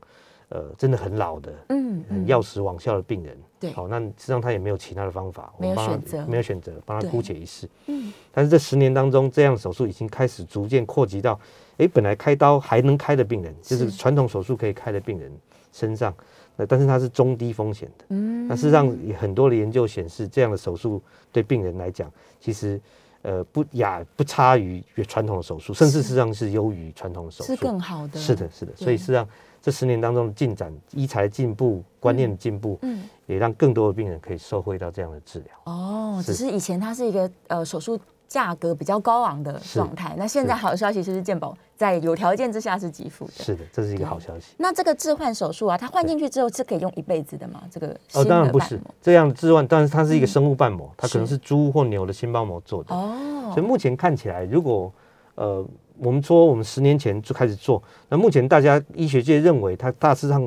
[SPEAKER 3] 呃真的很老的、
[SPEAKER 2] 嗯
[SPEAKER 3] 很药石罔效的病人。
[SPEAKER 2] 对
[SPEAKER 3] 好、那实际上他也没有其他的方法，我
[SPEAKER 2] 没有
[SPEAKER 3] 们帮他
[SPEAKER 2] 选择
[SPEAKER 3] 没有选择，帮他
[SPEAKER 2] 对
[SPEAKER 3] 姑且一试。嗯，但是这十年当中，这样的手术已经开始逐渐扩及到，诶，本来开刀还能开的病人，就是
[SPEAKER 2] 是
[SPEAKER 3] 传统手术可以开的病人身上，那但是它是中低风险的。嗯，那事实上也很多的研究显示，这样的手术对病人来讲，其实。呃，不亚不差于传统的手术，甚至事实上是优于传统的手术，
[SPEAKER 2] 是更好的，
[SPEAKER 3] 是的，，是的，
[SPEAKER 2] 对
[SPEAKER 3] 所以事实上，这十年当中的进展，医材的进步、观念的进步，
[SPEAKER 2] 嗯嗯
[SPEAKER 3] 也让更多的病人可以受惠到这样的治疗。
[SPEAKER 2] 哦，只
[SPEAKER 3] 是
[SPEAKER 2] 是以前它是一个呃手术。价格比较高昂的状态，那现在好消息是健保在有条件之下是给付的。
[SPEAKER 3] 是的，这是一个好消息。
[SPEAKER 2] 那这个置换手术啊，它换进去之后是可以用一辈子的吗？这个
[SPEAKER 3] 哦，
[SPEAKER 2] 新的
[SPEAKER 3] 当然不
[SPEAKER 2] 瓣
[SPEAKER 3] 是
[SPEAKER 2] 膜嗯
[SPEAKER 3] 这样的置换，当然它是一个生物瓣膜，它可能
[SPEAKER 2] 是
[SPEAKER 3] 是猪或牛的心包膜做的。
[SPEAKER 2] 哦，
[SPEAKER 3] 所以目前看起来，如果呃，我们说我们十年前就开始做，那目前大家医学界认为它大致上。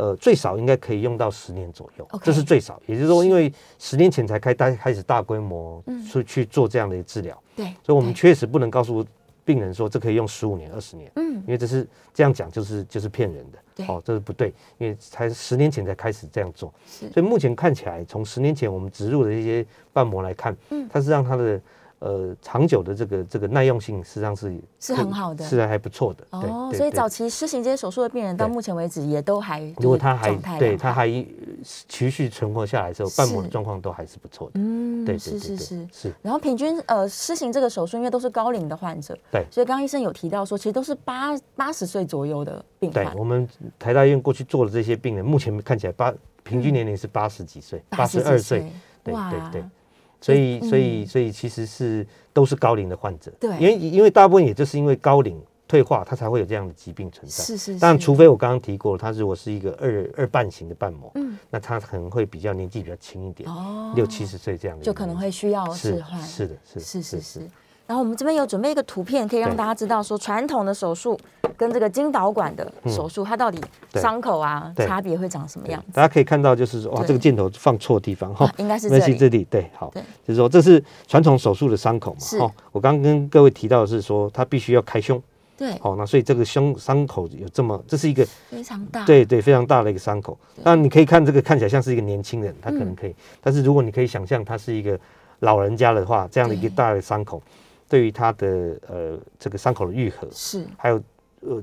[SPEAKER 3] 呃，最少应该可以用到十年左右
[SPEAKER 2] OK
[SPEAKER 3] 这是最少。也就是说，因为十年前才开大开始大规模
[SPEAKER 2] 嗯
[SPEAKER 3] 去、去做这样的治疗，
[SPEAKER 2] 对，
[SPEAKER 3] 所以我们
[SPEAKER 2] 对
[SPEAKER 3] 确实不能告诉病人说这可以用十五年、二十年，
[SPEAKER 2] 嗯
[SPEAKER 3] 因为这是这样讲就是就是骗人
[SPEAKER 2] 对
[SPEAKER 3] 的，哦，这是不对，因为才十年前才开始这样做，
[SPEAKER 2] 是
[SPEAKER 3] 所以目前看起来，从十年前我们植入的一些瓣膜来看，
[SPEAKER 2] 嗯
[SPEAKER 3] 它是让它的呃长久的这个这个耐用性实际上是
[SPEAKER 2] 是
[SPEAKER 3] 可以
[SPEAKER 2] 很好的
[SPEAKER 3] 是还不错的，对
[SPEAKER 2] 哦，
[SPEAKER 3] 对
[SPEAKER 2] 所以
[SPEAKER 3] 对
[SPEAKER 2] 早期施行这些手术的病人，到
[SPEAKER 3] 对
[SPEAKER 2] 目前为止也都还
[SPEAKER 3] 如果他还
[SPEAKER 2] 状态
[SPEAKER 3] 对
[SPEAKER 2] 良好
[SPEAKER 3] 他还呃持续存活下来之后，瓣膜的
[SPEAKER 2] 是
[SPEAKER 3] 状况都还是不错的，
[SPEAKER 2] 嗯
[SPEAKER 3] 对对
[SPEAKER 2] 是
[SPEAKER 3] 对
[SPEAKER 2] 是
[SPEAKER 3] 对
[SPEAKER 2] 是。
[SPEAKER 3] 是。
[SPEAKER 2] 然后平均呃施行这个手术，因为都是高龄的患者，
[SPEAKER 3] 对
[SPEAKER 2] 所以刚刚医生有提到说，其实都是八八十岁左右的病
[SPEAKER 3] 对
[SPEAKER 2] 患，
[SPEAKER 3] 我们台大医院过去做的这些病人，目前看起来八平均年龄是
[SPEAKER 2] 嗯
[SPEAKER 3] 八十几岁，八十
[SPEAKER 2] 82
[SPEAKER 3] 二岁，，对
[SPEAKER 2] 哇，
[SPEAKER 3] 对对，所以所以
[SPEAKER 2] 嗯
[SPEAKER 3] 所以其实是都是高龄的患者，
[SPEAKER 2] 对
[SPEAKER 3] 因为因为大部分也就是因为高龄退化，他才会有这样的疾病存在。
[SPEAKER 2] 是是，
[SPEAKER 3] 当然，
[SPEAKER 2] 是
[SPEAKER 3] 除非我刚刚提过，他如果是一个二二瓣型的瓣膜，那他可能会比较年纪比较轻一点，
[SPEAKER 2] 嗯哦
[SPEAKER 3] 六七十岁这样的一个年纪，
[SPEAKER 2] 就可能会需要置
[SPEAKER 3] 是
[SPEAKER 2] 换，
[SPEAKER 3] 是的，是
[SPEAKER 2] 是是是。然后我们这边有准备一个图片，可以让
[SPEAKER 3] 对
[SPEAKER 2] 大家知道说传统的手术跟这个经导管的手术，它到底
[SPEAKER 3] 嗯对
[SPEAKER 2] 伤口啊
[SPEAKER 3] 对
[SPEAKER 2] 差别会长什么
[SPEAKER 3] 对
[SPEAKER 2] 样子？
[SPEAKER 3] 大家可以看到，就是说，哇，
[SPEAKER 2] 对
[SPEAKER 3] 这个箭头放错地方哈
[SPEAKER 2] 啊，应该是
[SPEAKER 3] 没关
[SPEAKER 2] 这
[SPEAKER 3] 系
[SPEAKER 2] 里
[SPEAKER 3] 这里对，好
[SPEAKER 2] 对，
[SPEAKER 3] 就是说这是传统手术的伤口嘛
[SPEAKER 2] 是，
[SPEAKER 3] 哦，我刚刚跟各位提到的是说，他必须要开胸，
[SPEAKER 2] 对，
[SPEAKER 3] 哦，那所以这个胸伤口有这么，这是一个
[SPEAKER 2] 非常大，
[SPEAKER 3] 对对非常大的一个伤口。当然你可以看这个看起来像是一个年轻人，他
[SPEAKER 2] 嗯
[SPEAKER 3] 可能可以，但是如果你可以想象他是一个老人家的话，这样的一个
[SPEAKER 2] 对
[SPEAKER 3] 大的伤口，对于他的呃这个伤口的愈合，
[SPEAKER 2] 是
[SPEAKER 3] 还有呃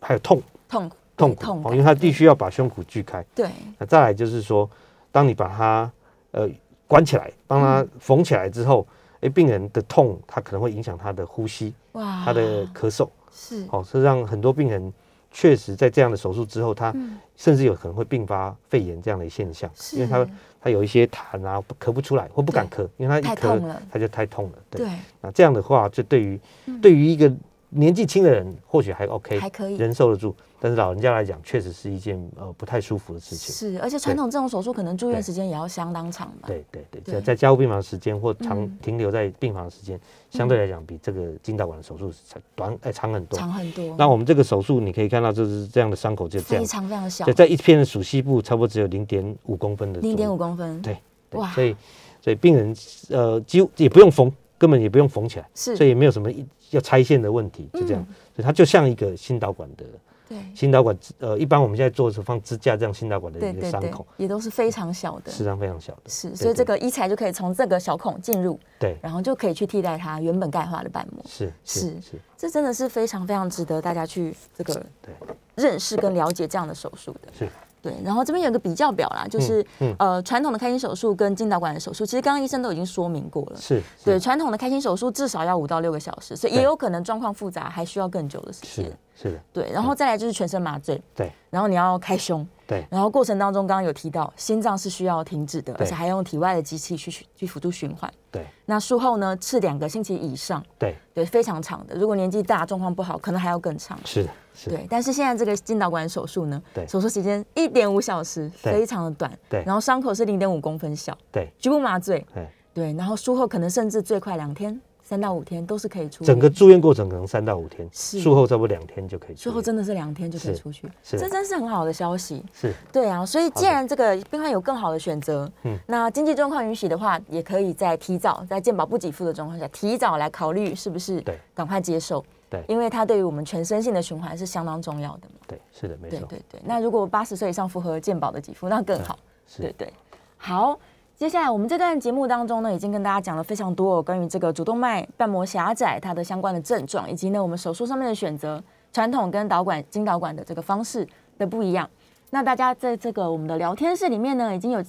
[SPEAKER 3] 还有痛
[SPEAKER 2] 痛苦
[SPEAKER 3] 痛苦，
[SPEAKER 2] 痛
[SPEAKER 3] 哦
[SPEAKER 2] 感，
[SPEAKER 3] 因为他必须要把胸骨锯开。
[SPEAKER 2] 对
[SPEAKER 3] 那再来就是说，当你把它呃关起来，帮它
[SPEAKER 2] 嗯
[SPEAKER 3] 缝起来之后，哎、病人的痛它可能会影响他的呼吸，
[SPEAKER 2] 哇，
[SPEAKER 3] 他的咳嗽，
[SPEAKER 2] 是
[SPEAKER 3] 哦，是让很多病人确实在这样的手术之后，他甚至有可能会并发肺炎这样的现象，因为他
[SPEAKER 2] 嗯是
[SPEAKER 3] 他有一些痰啊不咳不出来或不敢咳，因为他一
[SPEAKER 2] 太痛
[SPEAKER 3] 咳
[SPEAKER 2] 了
[SPEAKER 3] 他就太痛了，对。
[SPEAKER 2] 对嗯
[SPEAKER 3] 那这样的话，就对于对于一个年纪轻的人或许还 OK，
[SPEAKER 2] 还可以
[SPEAKER 3] 忍受得住，但是老人家来讲，确实是一件呃不太舒服的事情。
[SPEAKER 2] 是，而且传统这种手术可能住院时间也要相当长吧？
[SPEAKER 3] 对对对，
[SPEAKER 2] 对
[SPEAKER 3] 在在家务病房时间或长
[SPEAKER 2] 嗯
[SPEAKER 3] 停留在病房时间，相对来讲比这个进导管的手术长短呃长很多。
[SPEAKER 2] 长很多，
[SPEAKER 3] 那我们这个手术你可以看到，就是这样的伤口就这样
[SPEAKER 2] 非，常非常小
[SPEAKER 3] 对，，在一片的鼠膝部差不多只有零点五公分的左右，
[SPEAKER 2] 零点五公分，
[SPEAKER 3] 对对
[SPEAKER 2] 哇，
[SPEAKER 3] 所以所以病人呃几乎也不用缝，根本也不用缝起来，
[SPEAKER 2] 是嗯
[SPEAKER 3] 所以也没有什么一要拆线的问题，就这样，所以它就像一个心导管的
[SPEAKER 2] 对
[SPEAKER 3] 心导管呃，一般我们现在做的是放支架这样心导管的
[SPEAKER 2] 对
[SPEAKER 3] 一个
[SPEAKER 2] 对
[SPEAKER 3] 伤
[SPEAKER 2] 对
[SPEAKER 3] 口，，
[SPEAKER 2] 也都是非常小的，
[SPEAKER 3] 实际上非常小的，
[SPEAKER 2] 是，
[SPEAKER 3] 对
[SPEAKER 2] 所以这
[SPEAKER 3] 对
[SPEAKER 2] 个医材就可以从这个小孔进入，
[SPEAKER 3] 对，
[SPEAKER 2] 然后就可以去替代它原本钙化的瓣膜。
[SPEAKER 3] 是
[SPEAKER 2] 是
[SPEAKER 3] 是是，
[SPEAKER 2] 这真的是非常非常值得大家去这个
[SPEAKER 3] 对
[SPEAKER 2] 认识跟了解这样的手术的。
[SPEAKER 3] 是，
[SPEAKER 2] 对，然后这边有个比较表啦，就是、
[SPEAKER 3] 嗯嗯
[SPEAKER 2] 呃传统的开心手术跟进导管的手术，其实刚刚医生都已经说明过了。
[SPEAKER 3] 是，
[SPEAKER 2] 对，
[SPEAKER 3] 嗯是
[SPEAKER 2] 传统的开心手术至少要五到六个小时，所以也
[SPEAKER 3] 对
[SPEAKER 2] 有可能状况复杂，还需要更久的时
[SPEAKER 3] 是
[SPEAKER 2] 间
[SPEAKER 3] 的。是的，
[SPEAKER 2] 对，然后再来就是全身麻醉，
[SPEAKER 3] 对
[SPEAKER 2] 然后你要开胸，
[SPEAKER 3] 对
[SPEAKER 2] 然后过程当中刚刚有提到心脏是需要停止的，而
[SPEAKER 3] 对
[SPEAKER 2] 且还要用体外的机器去去辅助循环。
[SPEAKER 3] 对
[SPEAKER 2] 那术后呢是两个星期以上，
[SPEAKER 3] 对，
[SPEAKER 2] 对，非常长的。如果年纪大，状况不好，可能还要更长。
[SPEAKER 3] 是的，是的，
[SPEAKER 2] 对，但是现在这个进导管手术呢，
[SPEAKER 3] 对
[SPEAKER 2] 手术时间一点五小时，
[SPEAKER 3] 对
[SPEAKER 2] 非常的短。
[SPEAKER 3] 对
[SPEAKER 2] 然后伤口是零点五公分小，
[SPEAKER 3] 对
[SPEAKER 2] 局部麻醉，
[SPEAKER 3] 哎，
[SPEAKER 2] 对，然后术后可能甚至最快两天、三到五天都是可以出院。
[SPEAKER 3] 整个住院过程可能三到五天，
[SPEAKER 2] 是
[SPEAKER 3] 术后差不多两天就可以出
[SPEAKER 2] 术
[SPEAKER 3] 院，
[SPEAKER 2] 后真的是两天就可以
[SPEAKER 3] 是
[SPEAKER 2] 出去，
[SPEAKER 3] 是
[SPEAKER 2] 这真是很好的消息。
[SPEAKER 3] 是
[SPEAKER 2] 对啊，所以既
[SPEAKER 3] 好的
[SPEAKER 2] 然这个病患有更好的选择，
[SPEAKER 3] 嗯
[SPEAKER 2] 那经济状况允许的话，也可以在提早在健保不给付的状况下，提早来考虑是不是
[SPEAKER 3] 对
[SPEAKER 2] 赶快接受，
[SPEAKER 3] 对
[SPEAKER 2] 因为它对于我们全身性的循环是相当重要的嘛。
[SPEAKER 3] 对是的，没
[SPEAKER 2] 对
[SPEAKER 3] 错，
[SPEAKER 2] 对对，那如果八十岁以上符合健保的给付，那更好。
[SPEAKER 3] 是
[SPEAKER 2] 对对，好。接下来我们这段节目当中呢，已经跟大家讲了非常多有关于这个主动脉瓣膜狭窄它的相关的症状，以及呢我们手术上面的选择，传统跟导管、经导管的这个方式的不一样。那大家在这个我们的聊天室里面呢，已经有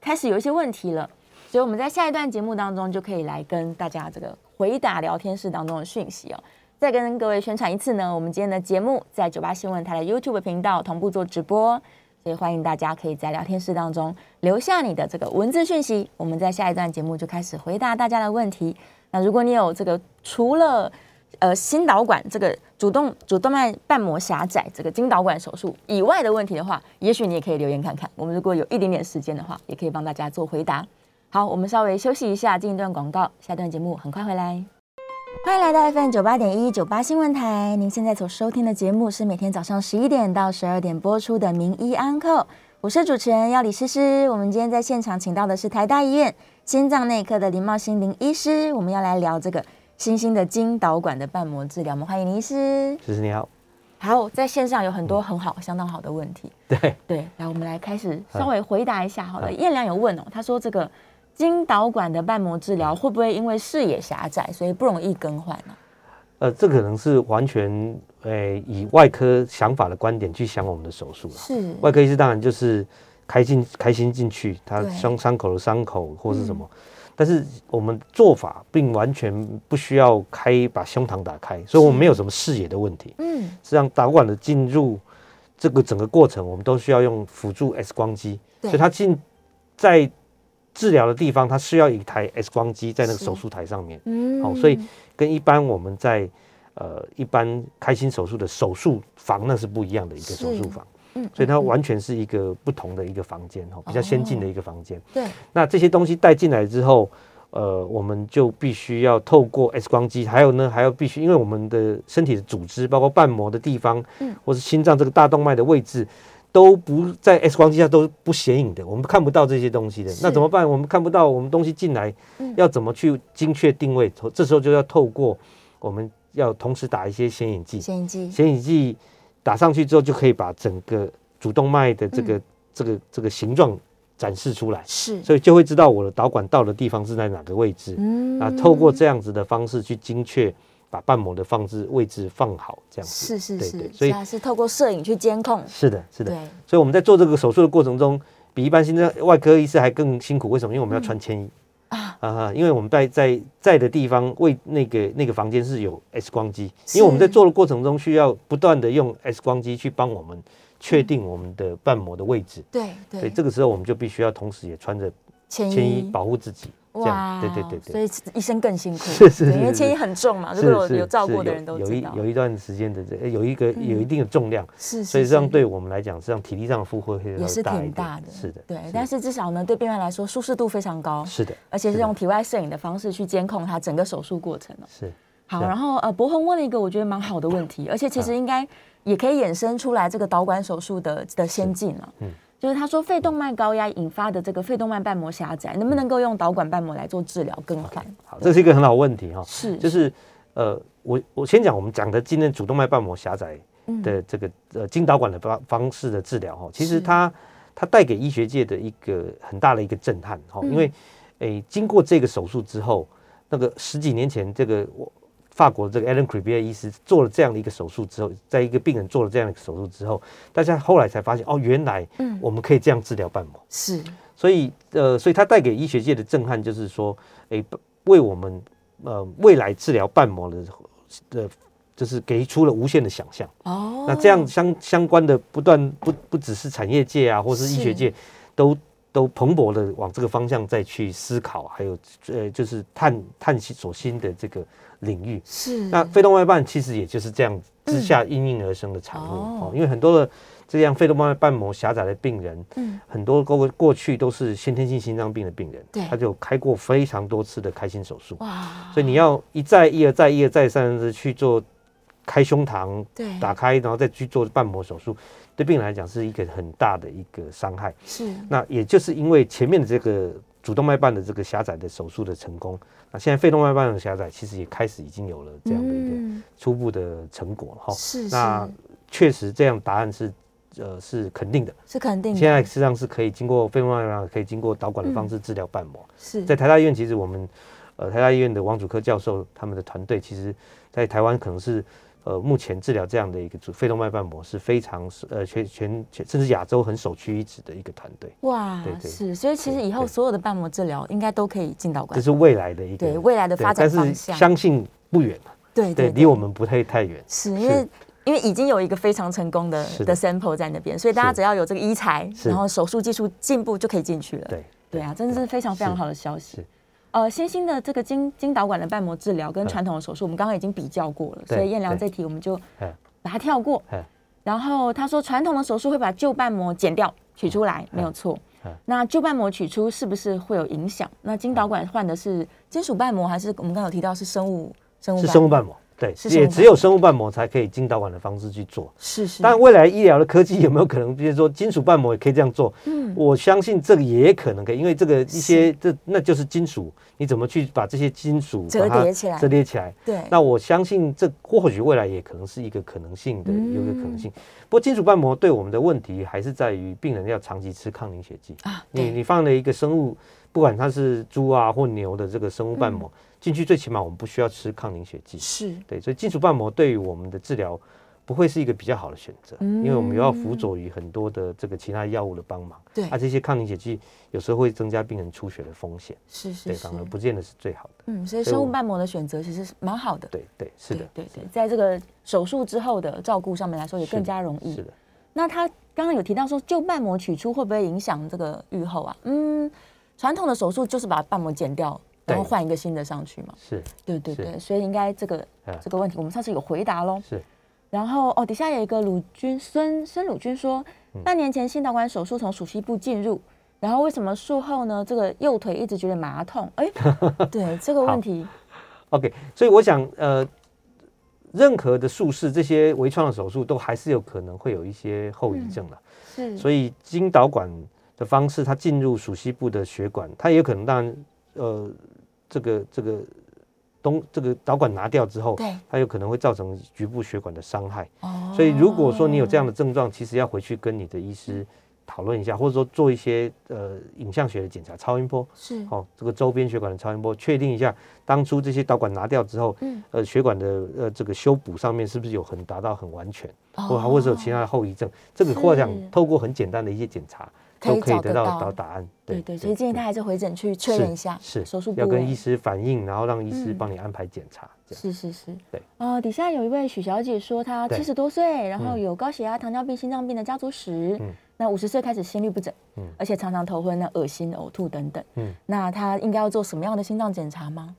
[SPEAKER 2] 开始有一些问题了，所以我们在下一段节目当中就可以来跟大家这个回答聊天室当中的讯息哦。再跟各位宣传一次呢，我们今天的节目在九八新闻台的 YouTube 频道同步做直播，所以欢迎大家可以在聊天室当中留下你的这个文字讯息，我们在下一段节目就开始回答大家的问题。那如果你有这个除了呃心导管这个主动主动脉瓣膜狭窄这个经导管手术以外的问题的话，也许你也可以留言看看。我们如果有一点点时间的话，也可以帮大家做回答。好，我们稍微休息一下，进一段广告，下段节目很快回来。欢迎来到 FM 九八点一九八新闻台，您现在所收听的节目是每天早上十一点到十二点播出的《名医安扣》，我是主持人要李诗诗。我们今天在现场请到的是台大医院心脏内科的林茂兴林医师，我们要来聊这个新兴的经导管的瓣膜治疗。我们欢迎林医师。
[SPEAKER 3] 其实你好，
[SPEAKER 2] 好，在线上有很多很好、相当好的问题。
[SPEAKER 3] 对
[SPEAKER 2] 对，来，我们来开始稍微回答一下好了。燕良有问哦，他说这个经导管的瓣膜治疗会不会因为视野狭窄，所以不容易更换啊呢、
[SPEAKER 3] 呃，这可能是完全呃以外科想法的观点去想我们的手术了。
[SPEAKER 2] 是，
[SPEAKER 3] 外科医师当然就是开进开心进去，他
[SPEAKER 2] 对嗯
[SPEAKER 3] 伤伤口的伤口或是什么，但是我们做法并完全不需要开把胸膛打开，所以我们没有什么视野的问题。
[SPEAKER 2] 嗯，
[SPEAKER 3] 实际上，导管的进入这个整个过程，我们都需要用辅助 X 光机，
[SPEAKER 2] 对
[SPEAKER 3] 所以它进在治疗的地方，它需要一台 X 光机在那个
[SPEAKER 2] 是
[SPEAKER 3] 手术台上面。
[SPEAKER 2] 嗯
[SPEAKER 3] 哦，所以跟一般我们在呃一般开心手术的手术房那是不一样的一个手术房，
[SPEAKER 2] 嗯
[SPEAKER 3] 所以它完全是一个不同的一个房间哦，比较先进的一个房间。
[SPEAKER 2] 对，
[SPEAKER 3] 那这些东西带进来之后，呃，我们就必须要透过 X 光机，还有呢，还要必须因为我们的身体的组织，包括瓣膜的地方，
[SPEAKER 2] 嗯
[SPEAKER 3] 或是心脏这个大动脉的位置。都不在 X 光机下都不显影的，我们看不到这些东西的。
[SPEAKER 2] 是
[SPEAKER 3] 那怎么办？我们看不到，我们东西进来，
[SPEAKER 2] 嗯
[SPEAKER 3] 要怎么去精确定位？这时候就要透过我们要同时打一些显影剂，
[SPEAKER 2] 显影剂
[SPEAKER 3] 显影剂打上去之后，就可以把整个主动脉的这个、
[SPEAKER 2] 嗯
[SPEAKER 3] 这个这个形状展示出来，
[SPEAKER 2] 是，
[SPEAKER 3] 所以就会知道我的导管到的地方是在哪个位置。
[SPEAKER 2] 嗯
[SPEAKER 3] 啊，透过这样子的方式去精确把瓣膜的放置位置放好，这样
[SPEAKER 2] 是
[SPEAKER 3] 子。
[SPEAKER 2] 是
[SPEAKER 3] 对
[SPEAKER 2] 是，
[SPEAKER 3] 对所以
[SPEAKER 2] 它是透过摄影去监控，
[SPEAKER 3] 是的，是的。
[SPEAKER 2] 对，
[SPEAKER 3] 所以我们在做这个手术的过程中，比一般心脏外科医师还更辛苦。为什么？因为我们要穿铅衣、
[SPEAKER 2] 嗯啊
[SPEAKER 3] 啊，因为我们在在在的地方为那个那个房间是有 X 光机，
[SPEAKER 2] 是
[SPEAKER 3] 因为我们在做的过程中需要不断的用 X 光机去帮我们确定我们的瓣膜的位置。
[SPEAKER 2] 对
[SPEAKER 3] 所以这个时候我们就必须要同时也穿着
[SPEAKER 2] 前
[SPEAKER 3] 铅衣保护自己。这样，对对对对。
[SPEAKER 2] 所以医生更辛苦，
[SPEAKER 3] 是是
[SPEAKER 2] 对
[SPEAKER 3] 是
[SPEAKER 2] 因为
[SPEAKER 3] 是
[SPEAKER 2] 铅液很重嘛，如
[SPEAKER 3] 是
[SPEAKER 2] 果
[SPEAKER 3] 是
[SPEAKER 2] 有有照
[SPEAKER 3] 是
[SPEAKER 2] 过的
[SPEAKER 3] 有
[SPEAKER 2] 人都
[SPEAKER 3] 有
[SPEAKER 2] 知
[SPEAKER 3] 一
[SPEAKER 2] 道，嗯
[SPEAKER 3] 有一段时间的这呃有一个有一定的重量，
[SPEAKER 2] 是，
[SPEAKER 3] 所以
[SPEAKER 2] 是
[SPEAKER 3] 实际上
[SPEAKER 2] 是
[SPEAKER 3] 对我们来讲，实际上体力上的负荷会
[SPEAKER 2] 也
[SPEAKER 3] 稍
[SPEAKER 2] 是
[SPEAKER 3] 微大一
[SPEAKER 2] 挺
[SPEAKER 3] 点
[SPEAKER 2] 大的，
[SPEAKER 3] 是的，
[SPEAKER 2] 对
[SPEAKER 3] 是。
[SPEAKER 2] 但
[SPEAKER 3] 的
[SPEAKER 2] 是至少呢，对病人来说舒适度非常高，
[SPEAKER 3] 是的，
[SPEAKER 2] 而且是
[SPEAKER 3] 是的
[SPEAKER 2] 用体外摄影的方式去监控他整个手术过程哦。
[SPEAKER 3] 是
[SPEAKER 2] 好，
[SPEAKER 3] 是啊嗯
[SPEAKER 2] 然后呃，博宏问了一个我觉得蛮好的问题，而且其实应该也可以衍生出来这个导管手术的的先进了。嗯
[SPEAKER 3] 嗯，
[SPEAKER 2] 就是他说肺动脉高压引发的这个肺动脉瓣膜狭窄，能不能够用导管瓣膜来做治疗更换？
[SPEAKER 3] 嗯好，这是一个很好的问题哈，
[SPEAKER 2] 是，
[SPEAKER 3] 就是呃，我我先讲我们讲的今天主动脉瓣膜狭窄的这个呃经导管的方方式的治疗哈，其
[SPEAKER 2] 嗯是
[SPEAKER 3] 实它它带给医学界的一个很大的一个震撼哈，
[SPEAKER 2] 嗯
[SPEAKER 3] 因为诶经过这个手术之后，那个十几年前这个我。法国这个 Alan c r e b i e r 医师做了这样的一个手术之后，在一个病人做了这样的一个手术之后，大家后来才发现哦，原来
[SPEAKER 2] 嗯
[SPEAKER 3] 我们可以这样治疗瓣膜。
[SPEAKER 2] 是
[SPEAKER 3] 所以呃，所以它带给医学界的震撼就是说，诶，为我们呃未来治疗瓣膜的呃，就是给出了无限的想象。
[SPEAKER 2] 哦，
[SPEAKER 3] 那这样相相关的不断不不只是产业界啊，或是医学界都。都蓬勃的往这个方向再去思考，还有呃，就是探探索新的这个领域。
[SPEAKER 2] 是
[SPEAKER 3] 那肺动脉瓣其实也就是这样之下应运而生的产物、
[SPEAKER 2] 哦
[SPEAKER 3] 哦，因为很多的这样肺动脉瓣膜狭窄的病人，
[SPEAKER 2] 嗯
[SPEAKER 3] 很多过过去都是先天性心脏病的病人，
[SPEAKER 2] 对
[SPEAKER 3] 他就开过非常多次的开心手术，
[SPEAKER 2] 哇，
[SPEAKER 3] 所以你要一再一而再一而再三的去做开胸膛
[SPEAKER 2] 对，
[SPEAKER 3] 打开，然后再去做瓣膜手术，对病人来讲是一个很大的一个伤害。
[SPEAKER 2] 是
[SPEAKER 3] 那也就是因为前面的这个主动脉瓣的这个狭窄的手术的成功，那现在肺动脉瓣的狭窄其实也开始已经有了这样的一个
[SPEAKER 2] 嗯
[SPEAKER 3] 初步的成果哈。
[SPEAKER 2] 是
[SPEAKER 3] 那
[SPEAKER 2] 是
[SPEAKER 3] 确实这样答案是呃是肯定的。
[SPEAKER 2] 是肯定的，
[SPEAKER 3] 现在实际上是可以经过肺动脉瓣可以经过导管的方式治疗瓣膜。
[SPEAKER 2] 是
[SPEAKER 3] 在台大医院，其实我们呃台大医院的王主科教授他们的团队，其实在台湾可能是呃目前治疗这样的一个主肺动脉瓣膜是非常呃全全全甚至亚洲很首屈一指的一个团队，
[SPEAKER 2] 哇
[SPEAKER 3] 对对
[SPEAKER 2] 是，所以其实
[SPEAKER 3] 对
[SPEAKER 2] 以后
[SPEAKER 3] 对
[SPEAKER 2] 所有的瓣膜治疗应该都可以进导
[SPEAKER 3] 这
[SPEAKER 2] 管，
[SPEAKER 3] 是未来的一个
[SPEAKER 2] 对未来的
[SPEAKER 3] 对
[SPEAKER 2] 发展
[SPEAKER 3] 但
[SPEAKER 2] 方
[SPEAKER 3] 是
[SPEAKER 2] 向，
[SPEAKER 3] 相信不远，啊
[SPEAKER 2] 对
[SPEAKER 3] 对，
[SPEAKER 2] 对，
[SPEAKER 3] 离我们不太太远。
[SPEAKER 2] 是因为因为已经有一个非常成功的
[SPEAKER 3] 是的
[SPEAKER 2] 的 sample 在那边，所以大家
[SPEAKER 3] 是
[SPEAKER 2] 只要有这个医材，
[SPEAKER 3] 是
[SPEAKER 2] 然后手术技术进步就可以进去了。
[SPEAKER 3] 对
[SPEAKER 2] 对啊，真的是非常非常好的消息
[SPEAKER 3] 是。
[SPEAKER 2] 呃，新兴的这个经经导管的瓣膜治疗跟
[SPEAKER 3] 嗯
[SPEAKER 2] 传统的手术，我们刚刚已经比较过了，
[SPEAKER 3] 对
[SPEAKER 2] 所以燕良这
[SPEAKER 3] 对
[SPEAKER 2] 题我们就
[SPEAKER 3] 嗯
[SPEAKER 2] 把它跳过。
[SPEAKER 3] 嗯
[SPEAKER 2] 然后他说，传统的手术会把旧瓣膜剪掉取出来，没有错
[SPEAKER 3] 嗯。
[SPEAKER 2] 那旧瓣膜取出是不是会有影响？那经导管换的是金属瓣膜，还是我们刚刚有提到是生物生物
[SPEAKER 3] 是
[SPEAKER 2] 瓣
[SPEAKER 3] 生物
[SPEAKER 2] 膜
[SPEAKER 3] 瓣膜，对
[SPEAKER 2] 是，生物
[SPEAKER 3] 也
[SPEAKER 2] 瓣
[SPEAKER 3] 只有生物瓣膜才可以经导管的方式去做。
[SPEAKER 2] 是是，
[SPEAKER 3] 但未来医疗的科技有没有可能，比如说金属瓣膜也可以这样做？
[SPEAKER 2] 嗯
[SPEAKER 3] 我相信这个也可能可以，因为这个一些这那就是金属，你怎么去把这些金属
[SPEAKER 2] 折叠
[SPEAKER 3] 把它
[SPEAKER 2] 起来
[SPEAKER 3] 折叠起来。
[SPEAKER 2] 对，
[SPEAKER 3] 那我相信这或许未来也可能是一个可能性的，
[SPEAKER 2] 嗯
[SPEAKER 3] 有一个可能性。不过金属瓣膜对我们的问题还是在于病人要长期吃抗凝血剂。
[SPEAKER 2] 啊，
[SPEAKER 3] 你
[SPEAKER 2] 对，
[SPEAKER 3] 你放了一个生物，不管它是猪啊或牛的这个生物
[SPEAKER 2] 嗯
[SPEAKER 3] 瓣膜进去，最起码我们不需要吃抗凝血剂。
[SPEAKER 2] 是
[SPEAKER 3] 对，所以金属瓣膜对于我们的治疗不会是一个比较好的选择，因为我们要
[SPEAKER 2] 嗯
[SPEAKER 3] 辅佐于很多的这个其他药物的帮忙。
[SPEAKER 2] 对
[SPEAKER 3] 啊，这些抗凝血剂有时候会增加病人出血的风险，
[SPEAKER 2] 是是
[SPEAKER 3] 对，
[SPEAKER 2] 是
[SPEAKER 3] 反，而不见得是最好的。
[SPEAKER 2] 嗯，所以
[SPEAKER 3] 所以
[SPEAKER 2] 生
[SPEAKER 3] 我
[SPEAKER 2] 物
[SPEAKER 3] 们
[SPEAKER 2] 瓣膜的选择其实是蛮好的，
[SPEAKER 3] 对对，是的，
[SPEAKER 2] 对对对，在这个手术之后的照顾上面来说也
[SPEAKER 3] 是
[SPEAKER 2] 更
[SPEAKER 3] 的
[SPEAKER 2] 加容易
[SPEAKER 3] 是。的，
[SPEAKER 2] 那他刚刚有提到说旧瓣膜取出会不会影响这个愈后啊？嗯，传统的手术就是把瓣膜剪掉，然后
[SPEAKER 3] 对
[SPEAKER 2] 换一个新的上去嘛，
[SPEAKER 3] 是
[SPEAKER 2] 对对
[SPEAKER 3] 是
[SPEAKER 2] 对，所以应该这个
[SPEAKER 3] 嗯
[SPEAKER 2] 这个问题我们上次有回答喽。
[SPEAKER 3] 是
[SPEAKER 2] 然后哦，底下有一个鲁军孙孙鲁军说，
[SPEAKER 3] 嗯
[SPEAKER 2] 半年前心导管手术从属膝部进入，然后为什么术后呢？这个右腿一直觉得麻痛， 哎，对这个问题
[SPEAKER 3] OK。所以我想，呃，任何的术式，这些微创的手术都还是有可能会有一些后遗症的。
[SPEAKER 2] 是
[SPEAKER 3] 所以经导管的方式，它进入属膝部的血管，它也有可能当然，呃，这个这个东这个导管拿掉之后，
[SPEAKER 2] 对
[SPEAKER 3] 它有可能会造成局部血管的伤害。
[SPEAKER 2] 哦
[SPEAKER 3] 所以如果说你有这样的症状，其实要回去跟你的医师讨论一下，或者说做一些呃影像学的检查，超音波，
[SPEAKER 2] 是
[SPEAKER 3] 哦，这个周边血管的超音波，确定一下当初这些导管拿掉之后，
[SPEAKER 2] 嗯
[SPEAKER 3] 呃，血管的呃这个修补上面是不是有很达到很完全，或或者有其他的后遗症，这个或者
[SPEAKER 2] 哦是
[SPEAKER 3] 讲透过很简单的一些检查，
[SPEAKER 2] 可以
[SPEAKER 3] 都可以
[SPEAKER 2] 找得
[SPEAKER 3] 得到
[SPEAKER 2] 到
[SPEAKER 3] 到答案。
[SPEAKER 2] 对对，所以建议他还是回诊去确认一下
[SPEAKER 3] 是
[SPEAKER 2] 手术部
[SPEAKER 3] 要跟
[SPEAKER 2] 位
[SPEAKER 3] 医师反映，然后让医师
[SPEAKER 2] 嗯
[SPEAKER 3] 帮你安排检查，这样
[SPEAKER 2] 是是是，
[SPEAKER 3] 对。
[SPEAKER 2] 呃，底下有一位许小姐说，她
[SPEAKER 3] 对
[SPEAKER 2] 七十多岁，然后
[SPEAKER 3] 嗯
[SPEAKER 2] 有高血压、糖尿病、心脏病的家族史。
[SPEAKER 3] 嗯
[SPEAKER 2] 那五十岁开始心律不整，
[SPEAKER 3] 嗯
[SPEAKER 2] 而且常常头昏、那恶心、呕吐等等。
[SPEAKER 3] 嗯
[SPEAKER 2] 那他应该要做什么样的心脏检查吗？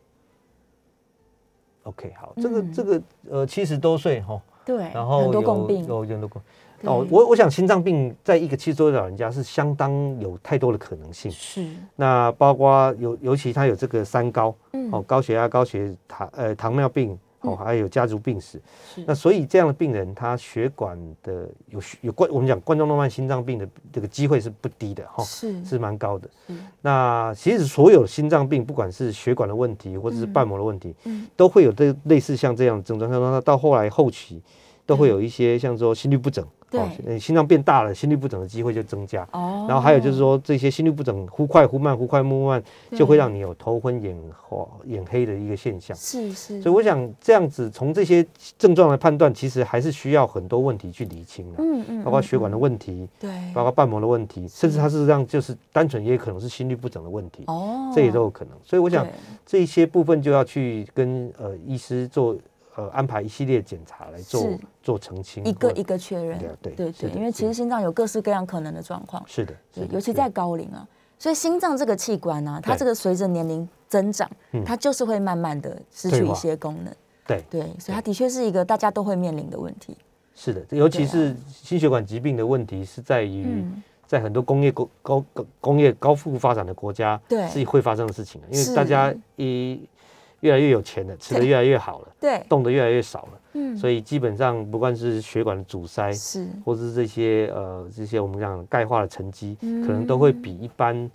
[SPEAKER 3] OK，好，这个、
[SPEAKER 2] 嗯
[SPEAKER 3] 这个呃七十多岁哈，
[SPEAKER 2] 对，
[SPEAKER 3] 然后
[SPEAKER 2] 很多
[SPEAKER 3] 有
[SPEAKER 2] 共病，
[SPEAKER 3] 有有很多共
[SPEAKER 2] 对
[SPEAKER 3] 哦，我我想心脏病在一个七十多岁老人家是相当有太多的可能性，
[SPEAKER 2] 是，
[SPEAKER 3] 那包括尤尤其他有这个三高
[SPEAKER 2] 嗯，
[SPEAKER 3] 哦，高血压、高血糖呃糖尿病哦，还有家族病史，
[SPEAKER 2] 是
[SPEAKER 3] 那所以这样的病人他血管的有有冠我们讲冠状动脉心脏病的这个机会是不低的哈。
[SPEAKER 2] 是
[SPEAKER 3] 哦是蛮高的
[SPEAKER 2] 是。
[SPEAKER 3] 那其实所有心脏病，不管是血管的问题，或者是瓣膜的问题，
[SPEAKER 2] 嗯
[SPEAKER 3] 都会有这类似像这样的症状。像说他到后来后期，都会有一些像说心律不整，
[SPEAKER 2] 嗯对
[SPEAKER 3] 呃心脏变大了，心律不整的机会就增加。
[SPEAKER 2] 哦
[SPEAKER 3] 然后还有就是说，这些心律不整忽快忽慢、忽快忽慢，就会让你有头昏眼花、眼黑的一个现象。
[SPEAKER 2] 是是，
[SPEAKER 3] 所以我想，这样子从这些症状来判断，其实还是需要很多问题去厘清的，
[SPEAKER 2] 嗯嗯
[SPEAKER 3] 包括血管的问题，
[SPEAKER 2] 对，
[SPEAKER 3] 包括瓣膜的问题，甚至它事实上就是单纯也可能是心律不整的问题，
[SPEAKER 2] 哦，
[SPEAKER 3] 这也都有可能。所以我
[SPEAKER 2] 我
[SPEAKER 3] 想这一些部分就要去跟呃医师做呃安排一系列检查来做
[SPEAKER 2] 是
[SPEAKER 3] 做澄清，
[SPEAKER 2] 一个
[SPEAKER 3] 或
[SPEAKER 2] 一个确认
[SPEAKER 3] 对啊，对
[SPEAKER 2] 对
[SPEAKER 3] 是
[SPEAKER 2] 对，
[SPEAKER 3] 的
[SPEAKER 2] 因为其实心脏有各式各样可能的状况，
[SPEAKER 3] 是的，
[SPEAKER 2] 对
[SPEAKER 3] 是，的
[SPEAKER 2] 尤其
[SPEAKER 3] 是
[SPEAKER 2] 在
[SPEAKER 3] 的
[SPEAKER 2] 高龄啊，所以心脏这个器官呢，它
[SPEAKER 3] 嗯对
[SPEAKER 2] 这个随着年龄增长
[SPEAKER 3] 嗯，
[SPEAKER 2] 它就是会慢慢的失
[SPEAKER 3] 退
[SPEAKER 2] 去一
[SPEAKER 3] 化
[SPEAKER 2] 些功能，
[SPEAKER 3] 对
[SPEAKER 2] 对，所以它的确是一个大家都会面临的问题，
[SPEAKER 3] 是的，尤
[SPEAKER 2] 对
[SPEAKER 3] 其
[SPEAKER 2] 啊
[SPEAKER 3] 是心血管疾病的问题是在于
[SPEAKER 2] 嗯，
[SPEAKER 3] 在很多工业高高高工业高富发展的国家，
[SPEAKER 2] 对
[SPEAKER 3] 是会发生的事情的，啊因
[SPEAKER 2] 是
[SPEAKER 3] 为大家一越来越有钱了，吃的越来越好了，
[SPEAKER 2] 对，
[SPEAKER 3] 动的越来越少了，
[SPEAKER 2] 嗯，
[SPEAKER 3] 所以嗯基本上不管是血管的阻塞，
[SPEAKER 2] 是
[SPEAKER 3] 或是这些呃这些我们讲钙化的沉积，
[SPEAKER 2] 嗯
[SPEAKER 3] 可能都会比一般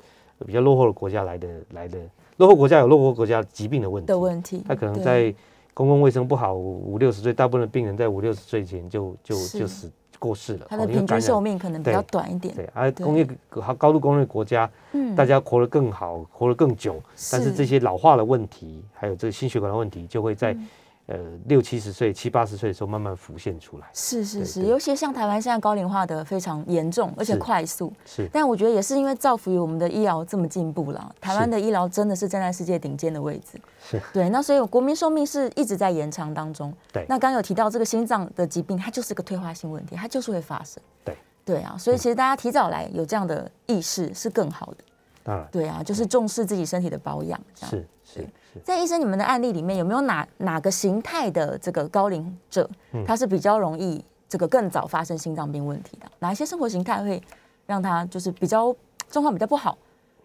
[SPEAKER 3] 比较落后的国家来的来的落后国家有落后国家疾病的问题，
[SPEAKER 2] 的问题，
[SPEAKER 3] 他可能
[SPEAKER 2] 对
[SPEAKER 3] 在公共卫生不好，五六十岁，大部分的病人在五六十岁前就就是就死过世了，
[SPEAKER 2] 它
[SPEAKER 3] 哦
[SPEAKER 2] 的
[SPEAKER 3] 因为
[SPEAKER 2] 平
[SPEAKER 3] 感
[SPEAKER 2] 均
[SPEAKER 3] 染
[SPEAKER 2] 寿命可能比
[SPEAKER 3] 对
[SPEAKER 2] 较短一点，
[SPEAKER 3] 对，而、
[SPEAKER 2] 对
[SPEAKER 3] 工业高高度工业的国家，
[SPEAKER 2] 嗯
[SPEAKER 3] 大家活得更好，活得更久，但是
[SPEAKER 2] 是
[SPEAKER 3] 这些老化的问题，还有这个心血管的问题，就会在、
[SPEAKER 2] 嗯
[SPEAKER 3] 呃六七十岁、七八十岁的时候慢慢浮现出来。
[SPEAKER 2] 是是
[SPEAKER 3] 对
[SPEAKER 2] 是，
[SPEAKER 3] 对
[SPEAKER 2] 尤其像台湾现在高龄化的非常严重，而且
[SPEAKER 3] 是
[SPEAKER 2] 快速。
[SPEAKER 3] 是
[SPEAKER 2] 但我觉得也是因为造福于我们的医疗这么进步啦，台湾
[SPEAKER 3] 是
[SPEAKER 2] 的医疗真的是站在世界顶尖的位置。
[SPEAKER 3] 是，
[SPEAKER 2] 对，那所以国民寿命是一直在延长当中。
[SPEAKER 3] 对
[SPEAKER 2] 那刚刚有提到这个心脏的疾病，它就是个退化性问题，它就是会发生。
[SPEAKER 3] 对，
[SPEAKER 2] 对啊，
[SPEAKER 3] 嗯
[SPEAKER 2] 所以其实大家提早来有这样的意识是更好的。
[SPEAKER 3] 当然
[SPEAKER 2] 对啊，就是重视自己身体的保养。这样
[SPEAKER 3] 是是是。
[SPEAKER 2] 在医生你们的案例里面，有没有哪哪个形态的这个高龄者，
[SPEAKER 3] 嗯
[SPEAKER 2] 他是比较容易这个更早发生心脏病问题的？哪一些生活形态会让他就是比较状况比较不好？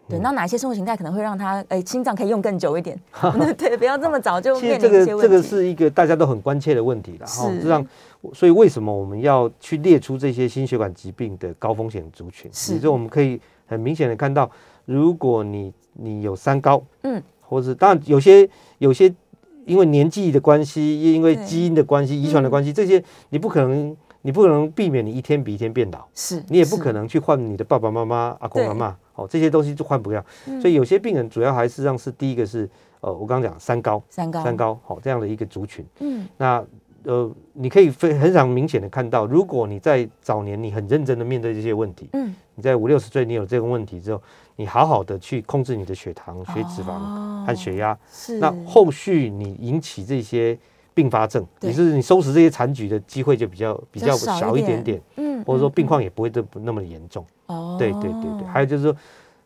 [SPEAKER 3] 嗯
[SPEAKER 2] 对，那哪一些生活形态可能会让他哎、心脏可以用更久一 点？对，不要这么早就
[SPEAKER 3] 其实
[SPEAKER 2] 面
[SPEAKER 3] 这
[SPEAKER 2] 临一
[SPEAKER 3] 个
[SPEAKER 2] 些
[SPEAKER 3] 这
[SPEAKER 2] 问
[SPEAKER 3] 个
[SPEAKER 2] 题。
[SPEAKER 3] 是一个大家都很关切的问题了哈，
[SPEAKER 2] 是
[SPEAKER 3] 这让所以为什么我们要去列出这些心血管疾病的高风险族群？
[SPEAKER 2] 是
[SPEAKER 3] 也就我们可以很明显的看到，如果你你有三高，
[SPEAKER 2] 嗯，
[SPEAKER 3] 或是当然有些有些因为年纪的关系，因为
[SPEAKER 2] 对
[SPEAKER 3] 基因的关系、遗传的关系，这些你不可能你不可能避免你一天比一天变老。
[SPEAKER 2] 是，
[SPEAKER 3] 你也不可
[SPEAKER 2] 能
[SPEAKER 3] 能去换你的爸爸妈妈、阿公
[SPEAKER 2] 对
[SPEAKER 3] 阿妈，哦，这些东西就换不掉。
[SPEAKER 2] 嗯
[SPEAKER 3] 所以有些病人主要还是让是第一个是，呃，我刚刚讲三高，
[SPEAKER 2] 三高，
[SPEAKER 3] 三，高好、这样的一个族群。
[SPEAKER 2] 嗯，
[SPEAKER 3] 那呃，你可以非很常明显的看到，如果你在早年你很认真的面对这些问题，
[SPEAKER 2] 嗯，
[SPEAKER 3] 你在五六十岁你有这个问题之后，你好好的去控制你的血糖、血脂肪
[SPEAKER 2] 肪
[SPEAKER 3] 和血压，
[SPEAKER 2] 哦是
[SPEAKER 3] 那后续你引起这些并发症，
[SPEAKER 2] 对
[SPEAKER 3] 也就是你收拾这些残局的机会就比较比
[SPEAKER 2] 较
[SPEAKER 3] 较
[SPEAKER 2] 少一
[SPEAKER 3] 小一
[SPEAKER 2] 点
[SPEAKER 3] 点点，
[SPEAKER 2] 嗯
[SPEAKER 3] 或者说
[SPEAKER 2] 嗯
[SPEAKER 3] 病况也不会这不那么严重。
[SPEAKER 2] 哦
[SPEAKER 3] 对对对对，还有就是说，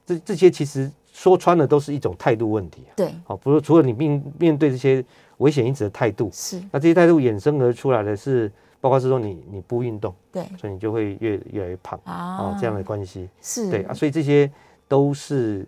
[SPEAKER 3] 这这些其实说穿了都是一种态度问题啊。
[SPEAKER 2] 对
[SPEAKER 3] 好、不是除了你面面对这些危险因子的态度，
[SPEAKER 2] 是，
[SPEAKER 3] 那这些态度衍生而出来的是，包括是说你你不运动，
[SPEAKER 2] 对
[SPEAKER 3] 所以你就会越越来越胖
[SPEAKER 2] 啊
[SPEAKER 3] 哦，这样的关系。
[SPEAKER 2] 是
[SPEAKER 3] 对啊，所以这些都是，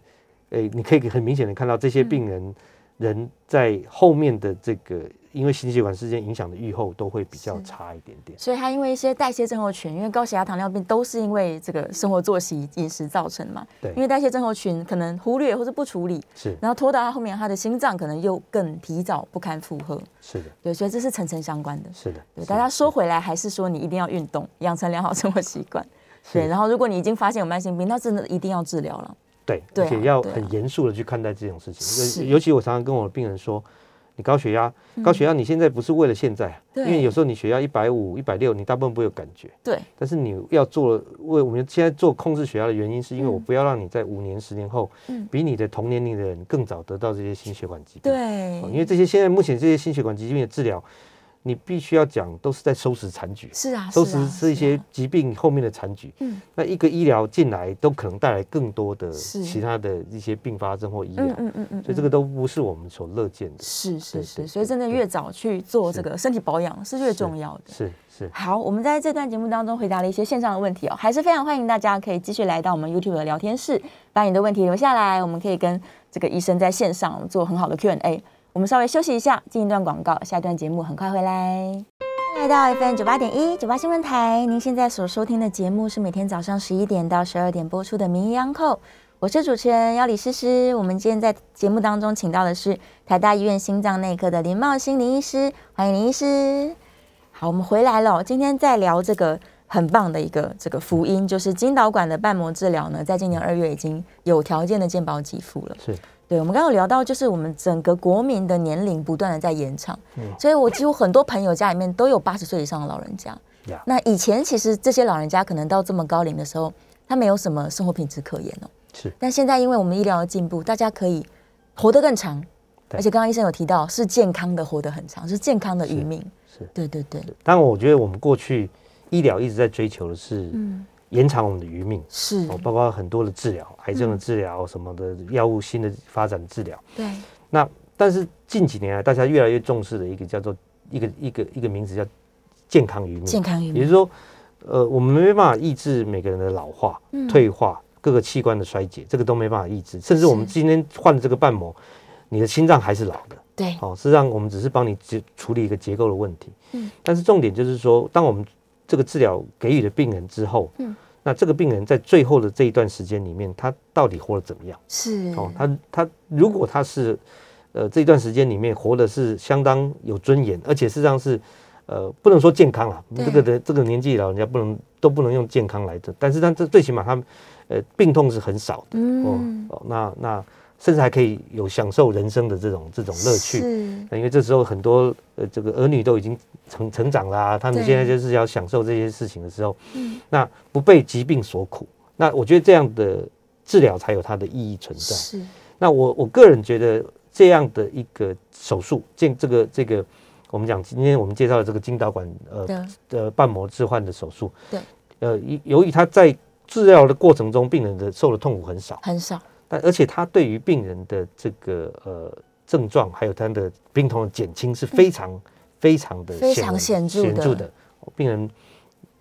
[SPEAKER 3] 诶、你可以很明显的看到这
[SPEAKER 2] 嗯
[SPEAKER 3] 些病人、人在后面的这个因为心血管事件影响的预后都会比较
[SPEAKER 2] 是
[SPEAKER 3] 差一点点。
[SPEAKER 2] 所以他因为一些代谢症候群，因为高血压、糖尿病都是因为这个生活作息、饮食造成的嘛。
[SPEAKER 3] 对
[SPEAKER 2] 因为代谢症候群可能忽略或是不处理，
[SPEAKER 3] 是
[SPEAKER 2] 然后拖到他后面，他的心脏可能又更提早不堪负荷。
[SPEAKER 3] 是的，
[SPEAKER 2] 对，所以这是层层相关的。
[SPEAKER 3] 是的。
[SPEAKER 2] 对，
[SPEAKER 3] 是
[SPEAKER 2] 大
[SPEAKER 3] 的
[SPEAKER 2] 家说回来，还是说你一定要运动，养成良好生活习惯。对，然后如果你已经发现有慢性病，那真的一定要治疗了。
[SPEAKER 3] 对，
[SPEAKER 2] 对
[SPEAKER 3] 而且
[SPEAKER 2] 啊
[SPEAKER 3] 要
[SPEAKER 2] 对啊
[SPEAKER 3] 很严肃的去看待这种事
[SPEAKER 2] 是嗯
[SPEAKER 3] 情。尤尤其我常常跟我的病人说，你高血压，高血压你现在不是为了现在啊，
[SPEAKER 2] 对
[SPEAKER 3] 因为有时候你血压一百五、一百六，你大部分不会有感觉。
[SPEAKER 2] 对，
[SPEAKER 3] 但是你要做为我们现在做控制血压的原因，是因为
[SPEAKER 2] 嗯
[SPEAKER 3] 我不要让你在五年、十年后，
[SPEAKER 2] 嗯
[SPEAKER 3] 比你的同年龄的人更早得到这些心血管疾病。
[SPEAKER 2] 对
[SPEAKER 3] 哦，因为这些现在目前这些心血管疾病的治疗，你必须要讲都是在收拾残局，
[SPEAKER 2] 是啊，
[SPEAKER 3] 收
[SPEAKER 2] 是啊
[SPEAKER 3] 拾是一
[SPEAKER 2] 啊
[SPEAKER 3] 些疾病后面的残局。
[SPEAKER 2] 嗯
[SPEAKER 3] 那一个医疗进来，都可能带来更多的
[SPEAKER 2] 是
[SPEAKER 3] 其他的一些并发症或医疗，
[SPEAKER 2] 嗯嗯嗯嗯，
[SPEAKER 3] 所以
[SPEAKER 2] 嗯
[SPEAKER 3] 这个都不是我们所乐见的。
[SPEAKER 2] 是是
[SPEAKER 3] 对
[SPEAKER 2] 是，
[SPEAKER 3] 对
[SPEAKER 2] 所以
[SPEAKER 3] 对
[SPEAKER 2] 真的
[SPEAKER 3] 对
[SPEAKER 2] 越早去做这
[SPEAKER 3] 是
[SPEAKER 2] 个身体保养是越
[SPEAKER 3] 是
[SPEAKER 2] 重要的。
[SPEAKER 3] 是是，
[SPEAKER 2] 好，我们在这段节目当中回答了一些线上的问题哦，还是非常欢迎大家可以继续来到我们 YouTube 的聊天室，把你的问题留下来，我们可以跟这个医生在线上做很好的 Q&A。我们稍微休息一下，进一段广告，下一段节目很快回来。欢迎来到 FM 九八点一九八新闻台，您现在所收听的节目是每天早上十一点到十二点播出的《名医央叩》，我是主持人姚李诗诗。我们今天在节目当中请到的是台大医院心脏内科的林茂兴林医师，欢迎林医师。好，我们回来了哦。今天在聊这个很棒的一个这个福音，就是金导管的瓣膜治疗呢，在今年二月已经有条件的健保给付了。
[SPEAKER 3] 是
[SPEAKER 2] 对，我们刚刚有聊到，就是我们整个国民的年龄不断的在延长，
[SPEAKER 3] 嗯
[SPEAKER 2] 所以我几乎很多朋友家里面都有八十岁以上的老人家。
[SPEAKER 3] 呀
[SPEAKER 2] 那以前其实这些老人家可能到这么高龄的时候，他没有什么生活品质可言哦。
[SPEAKER 3] 是
[SPEAKER 2] 但现在因为我们医疗的进步，大家可以活得更长，
[SPEAKER 3] 对
[SPEAKER 2] 而且刚刚医生有提到是健康的活得很长，是健康的余
[SPEAKER 3] 是
[SPEAKER 2] 命。
[SPEAKER 3] 是。
[SPEAKER 2] 对对对，
[SPEAKER 3] 当然，我觉得我们过去医疗一直在追求的是
[SPEAKER 2] 嗯，
[SPEAKER 3] 延长我们的余命，
[SPEAKER 2] 是
[SPEAKER 3] 哦，，包括很多的治疗，癌
[SPEAKER 2] 嗯
[SPEAKER 3] 症的治疗，什么的药物新的发展治疗。
[SPEAKER 2] 对，
[SPEAKER 3] 那但是近几年来，大家越来越重视的一个叫做一个一个一个名字叫健康余
[SPEAKER 2] 健
[SPEAKER 3] 命，
[SPEAKER 2] 康与
[SPEAKER 3] 也就是说，呃，我们没办法抑制每个人的老化、
[SPEAKER 2] 嗯
[SPEAKER 3] 退化、各个器官的衰竭，这个都没办法抑制。甚至我们
[SPEAKER 2] 是
[SPEAKER 3] 今天换了这个瓣膜，你的心脏还是老的。
[SPEAKER 2] 对，
[SPEAKER 3] 哦，事实上我们只是帮你解处理一个结构的问题。
[SPEAKER 2] 嗯，
[SPEAKER 3] 但是重点就是说，当我们这个治疗给予了病人之后，
[SPEAKER 2] 嗯，
[SPEAKER 3] 那这个病人在最后的这一段时间里面，他到底活得怎么样？
[SPEAKER 2] 是，
[SPEAKER 3] 哦，他他如果他是呃这段时间里面活的是相当有尊严，而且事实上是呃不能说健康啦，
[SPEAKER 2] 对
[SPEAKER 3] 这个的这个年纪老人家不能都不能用健康来的，但是他这最起码他呃病痛是很少的。哦
[SPEAKER 2] 嗯，
[SPEAKER 3] 哦，那那甚至还可以有享受人生的这种这种乐趣。
[SPEAKER 2] 是，
[SPEAKER 3] 那因为这时候很多呃这个儿女都已经成成长啦、他们
[SPEAKER 2] 对
[SPEAKER 3] 现在就是要享受这些事情的时候，
[SPEAKER 2] 嗯
[SPEAKER 3] 那不被疾病所苦，那我觉得这样的治疗才有它的意义存在。
[SPEAKER 2] 是，
[SPEAKER 3] 那我我个人觉得这样的一个手术，这这个这个，我们讲今天我们介绍的这个金导管呃
[SPEAKER 2] 的，
[SPEAKER 3] 呃瓣膜置换的手术，
[SPEAKER 2] 对，
[SPEAKER 3] 呃由由于他在治疗的过程中，病人的受的痛苦很少。
[SPEAKER 2] 很少，
[SPEAKER 3] 但而且它对于病人的这个呃症状，还有他的病痛的减轻是非常、非常的
[SPEAKER 2] 嗯非常
[SPEAKER 3] 显
[SPEAKER 2] 显著的
[SPEAKER 3] 著的。病人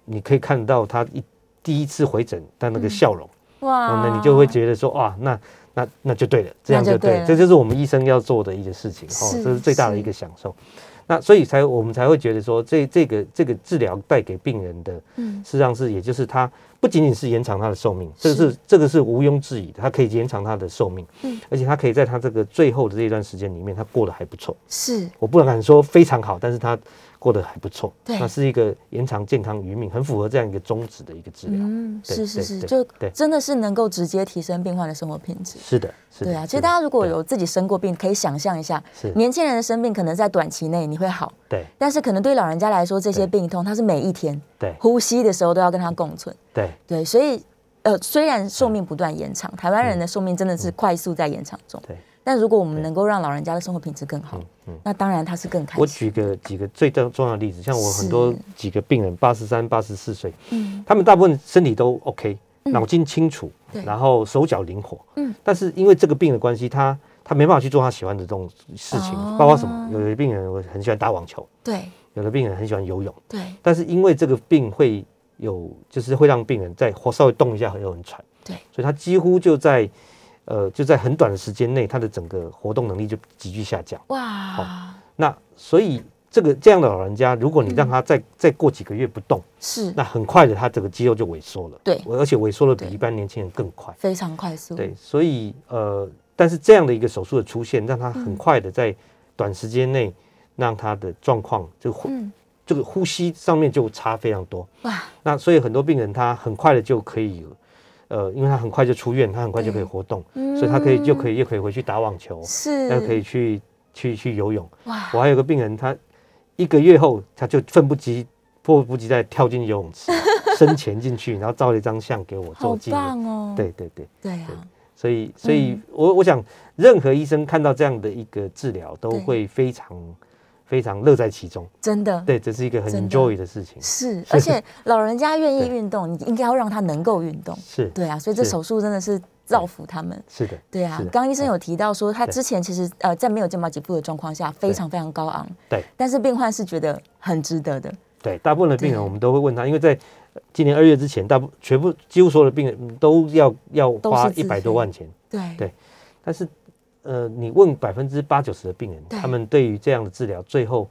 [SPEAKER 3] 你可以看到他一第一次回诊，他
[SPEAKER 2] 嗯
[SPEAKER 3] 那个笑容，
[SPEAKER 2] 哇
[SPEAKER 3] 哦那你就会觉得说哇，那那那就对了，这样
[SPEAKER 2] 那就
[SPEAKER 3] 就
[SPEAKER 2] 对
[SPEAKER 3] 对
[SPEAKER 2] 了
[SPEAKER 3] 了，这就是我们医生要做的一个事情哦
[SPEAKER 2] 是，
[SPEAKER 3] 这是最大的一个享受。那所以才我们才会觉得说，这这个这个治疗带给病人的
[SPEAKER 2] 嗯，
[SPEAKER 3] 事实上是，也就是它不仅仅是延长它的寿命，这个
[SPEAKER 2] 是
[SPEAKER 3] 是这个是毋庸置疑的，它可以延长它的寿命，
[SPEAKER 2] 嗯
[SPEAKER 3] 而且它可以在它这个最后的这一段时间里面，它过得还不错。
[SPEAKER 2] 是，
[SPEAKER 3] 我不敢说非常好，但是它过得还不错，
[SPEAKER 2] 对
[SPEAKER 3] 那是一个延长健康余命，很符合这样一个宗旨的一个治疗。
[SPEAKER 2] 嗯，
[SPEAKER 3] 对
[SPEAKER 2] 是是
[SPEAKER 3] 对
[SPEAKER 2] 是，
[SPEAKER 3] 对
[SPEAKER 2] 就
[SPEAKER 3] 对
[SPEAKER 2] 真的是能够直接提升病患的生活品质。
[SPEAKER 3] 是的，是的。
[SPEAKER 2] 对啊，其
[SPEAKER 3] 是
[SPEAKER 2] 实
[SPEAKER 3] 的
[SPEAKER 2] 大家如果
[SPEAKER 3] 对
[SPEAKER 2] 有自己生过病，可以想象一下，
[SPEAKER 3] 是
[SPEAKER 2] 年轻人的生病可能在短期内你会好，
[SPEAKER 3] 对
[SPEAKER 2] 但是可能对老人家来说，这些
[SPEAKER 3] 对
[SPEAKER 2] 病痛它是每一天
[SPEAKER 3] 对
[SPEAKER 2] 呼吸的时候都要跟它共存。
[SPEAKER 3] 对
[SPEAKER 2] 对，所以呃，虽然寿命不断延
[SPEAKER 3] 嗯
[SPEAKER 2] 长，台湾人的寿命真的是快速在延长中，
[SPEAKER 3] 对，
[SPEAKER 2] 但如果我们
[SPEAKER 3] 对
[SPEAKER 2] 能够让老人家的生活品质更好
[SPEAKER 3] 嗯，嗯。
[SPEAKER 2] 那当然他是更开
[SPEAKER 3] 我
[SPEAKER 2] 心。
[SPEAKER 3] 举个几个最重重要的例子，像我
[SPEAKER 2] 哎是
[SPEAKER 3] 很多几个病人，八十三、八十四岁，
[SPEAKER 2] 嗯，
[SPEAKER 3] 他们大部分身体都 OK，
[SPEAKER 2] 嗯
[SPEAKER 3] 脑筋清楚
[SPEAKER 2] 对，
[SPEAKER 3] 然后手脚灵活。
[SPEAKER 2] 哎嗯，
[SPEAKER 3] 但是因为这个病的关系，他他没办法去做他喜欢的这种事情
[SPEAKER 2] 哦，
[SPEAKER 3] 包括什么？有的病人我很喜欢打网球，
[SPEAKER 2] 对
[SPEAKER 3] 有的病人很喜欢游泳，
[SPEAKER 2] 对
[SPEAKER 3] 但是因为这个病会有，就是会让病人在或稍微动一下会有很喘。
[SPEAKER 2] 对，
[SPEAKER 3] 所以他几乎就在呃就在很短的时间内，他的整个活动能力就急剧下降。
[SPEAKER 2] 哇，
[SPEAKER 3] 那所以。这个这样的老人家，如果你让
[SPEAKER 2] 嗯
[SPEAKER 3] 他再、再过几个月不动，
[SPEAKER 2] 是
[SPEAKER 3] 那很快的，他整个肌肉就萎缩了。
[SPEAKER 2] 对
[SPEAKER 3] 我而且萎缩的比
[SPEAKER 2] 对
[SPEAKER 3] 一般年轻人更快。
[SPEAKER 2] 非常快速。
[SPEAKER 3] 对，所以呃，但是这样的一个手术的出现，让他
[SPEAKER 2] 嗯
[SPEAKER 3] 很快的在短时间内让他的状况就呼、
[SPEAKER 2] 嗯，
[SPEAKER 3] 这个呼吸上面就差非常多。
[SPEAKER 2] 哇，
[SPEAKER 3] 那所以很多病人他很快的就可以，呃，因为他很快就出院，他很快就可以
[SPEAKER 2] 对
[SPEAKER 3] 活动，
[SPEAKER 2] 嗯
[SPEAKER 3] 所以他可以就可以又可以回去打网球，
[SPEAKER 2] 是，
[SPEAKER 3] 又可以去去去游泳。
[SPEAKER 2] 哇，
[SPEAKER 3] 我还有个病人，他一个月后他就奋不及迫不及待跳进游泳 池，深潜进去，然后照了一张相给我
[SPEAKER 2] 好
[SPEAKER 3] 做纪念。
[SPEAKER 2] 棒哦。
[SPEAKER 3] 对对对，
[SPEAKER 2] 对啊，
[SPEAKER 3] 所以所以
[SPEAKER 2] 嗯
[SPEAKER 3] 我，我想任何医生看到这样的一个治疗，都
[SPEAKER 2] 对
[SPEAKER 3] 会非常非常乐在其中。
[SPEAKER 2] 真的，
[SPEAKER 3] 对，这是一个很
[SPEAKER 2] 真的
[SPEAKER 3] enjoy 的事情。
[SPEAKER 2] 是，而且老人家愿意
[SPEAKER 3] 对
[SPEAKER 2] 运动，你应该要让他能够运动。
[SPEAKER 3] 是，
[SPEAKER 2] 对啊，所以这
[SPEAKER 3] 是
[SPEAKER 2] 手术真的是造福他们。
[SPEAKER 3] 是的，
[SPEAKER 2] 对啊
[SPEAKER 3] 是的，嗯
[SPEAKER 2] 刚刚医生有提到说，他
[SPEAKER 3] 对
[SPEAKER 2] 之前其实呃在没有健保给付的状况下，非常非常高昂。
[SPEAKER 3] 对，
[SPEAKER 2] 但是病患是觉得很值得的。
[SPEAKER 3] 对，大部分的病人
[SPEAKER 2] 对
[SPEAKER 3] 我们都会问他，因为在呃今年二月之前，大部全部几乎所有的病人嗯都要要
[SPEAKER 2] 都
[SPEAKER 3] 花
[SPEAKER 2] 是
[SPEAKER 3] 一
[SPEAKER 2] 自
[SPEAKER 3] 百多
[SPEAKER 2] 费
[SPEAKER 3] 万钱，
[SPEAKER 2] 对
[SPEAKER 3] 对但是呃，你问百分之八九十的病人，
[SPEAKER 2] 对
[SPEAKER 3] 他们对于这样的治疗，最后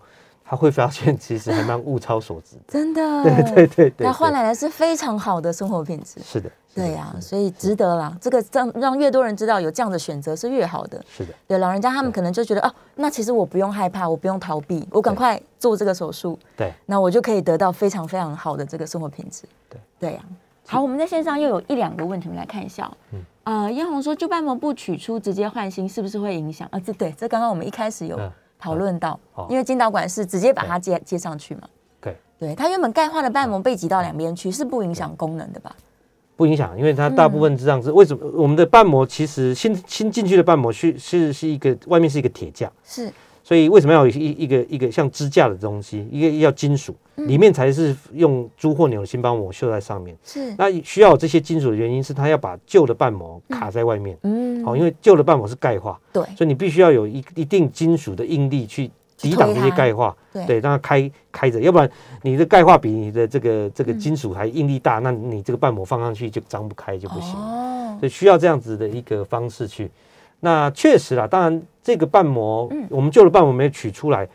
[SPEAKER 3] 他会发现 其实还蛮物超所值的。
[SPEAKER 2] 真的。
[SPEAKER 3] 对对对对，
[SPEAKER 2] 那换
[SPEAKER 3] 对
[SPEAKER 2] 来的是非常好的生活品质。
[SPEAKER 3] 是的，是的
[SPEAKER 2] 对呀、所以值得啦。这个让让越多人知道有这样的选择是越好的。
[SPEAKER 3] 是的，
[SPEAKER 2] 对老人家，他们可能就觉得哦，那其实我不用害怕，我不用逃避，我赶
[SPEAKER 3] 对
[SPEAKER 2] 快做这个手术，
[SPEAKER 3] 对，
[SPEAKER 2] 那我就可以得到非常非常好的这个生活品质。
[SPEAKER 3] 对
[SPEAKER 2] 对呀、
[SPEAKER 4] 好，我们在线上又有一两个问题，我们来看一下哦。
[SPEAKER 3] 嗯
[SPEAKER 4] 呃，嫣红说，旧瓣膜不取出直接换新，是不是会影响？
[SPEAKER 2] 啊，这对这刚刚我们一开始有
[SPEAKER 3] 嗯
[SPEAKER 2] 讨论到，
[SPEAKER 3] 好
[SPEAKER 2] 因为筋导管是直接把它接接上去嘛。
[SPEAKER 3] 对，
[SPEAKER 2] 对，它原本钙化的瓣
[SPEAKER 3] 嗯
[SPEAKER 2] 膜被挤到两边去，是不影响功能的吧？
[SPEAKER 3] 不影响，因为它大部分这样子。为什么我们的瓣膜其实新新进去的瓣膜是是是一个外面是一个铁架，
[SPEAKER 2] 是
[SPEAKER 3] 所以为什么要有一一个一个像支架的东西，一个要金属，里面才是用猪或牛的心包膜绣在上面。
[SPEAKER 2] 是，
[SPEAKER 3] 那需要有这些金属的原因是，它要把旧的瓣膜卡在外面，哦
[SPEAKER 2] 嗯
[SPEAKER 3] 好、因为旧的瓣膜是钙化，
[SPEAKER 2] 对
[SPEAKER 3] 所以你必须要有一一定金属的应力去抵挡这些钙化，
[SPEAKER 2] 对
[SPEAKER 3] 对，让它开开着，要不然你的钙化比你的这个这个
[SPEAKER 2] 嗯
[SPEAKER 3] 金属还应力大，那你这个瓣膜放上去就张不开就不行了。
[SPEAKER 2] 哦，
[SPEAKER 3] 所以需要这样子的一个方式去。那确实啦，当然这个瓣膜，
[SPEAKER 2] 嗯
[SPEAKER 3] 我们旧的瓣膜没有取出来，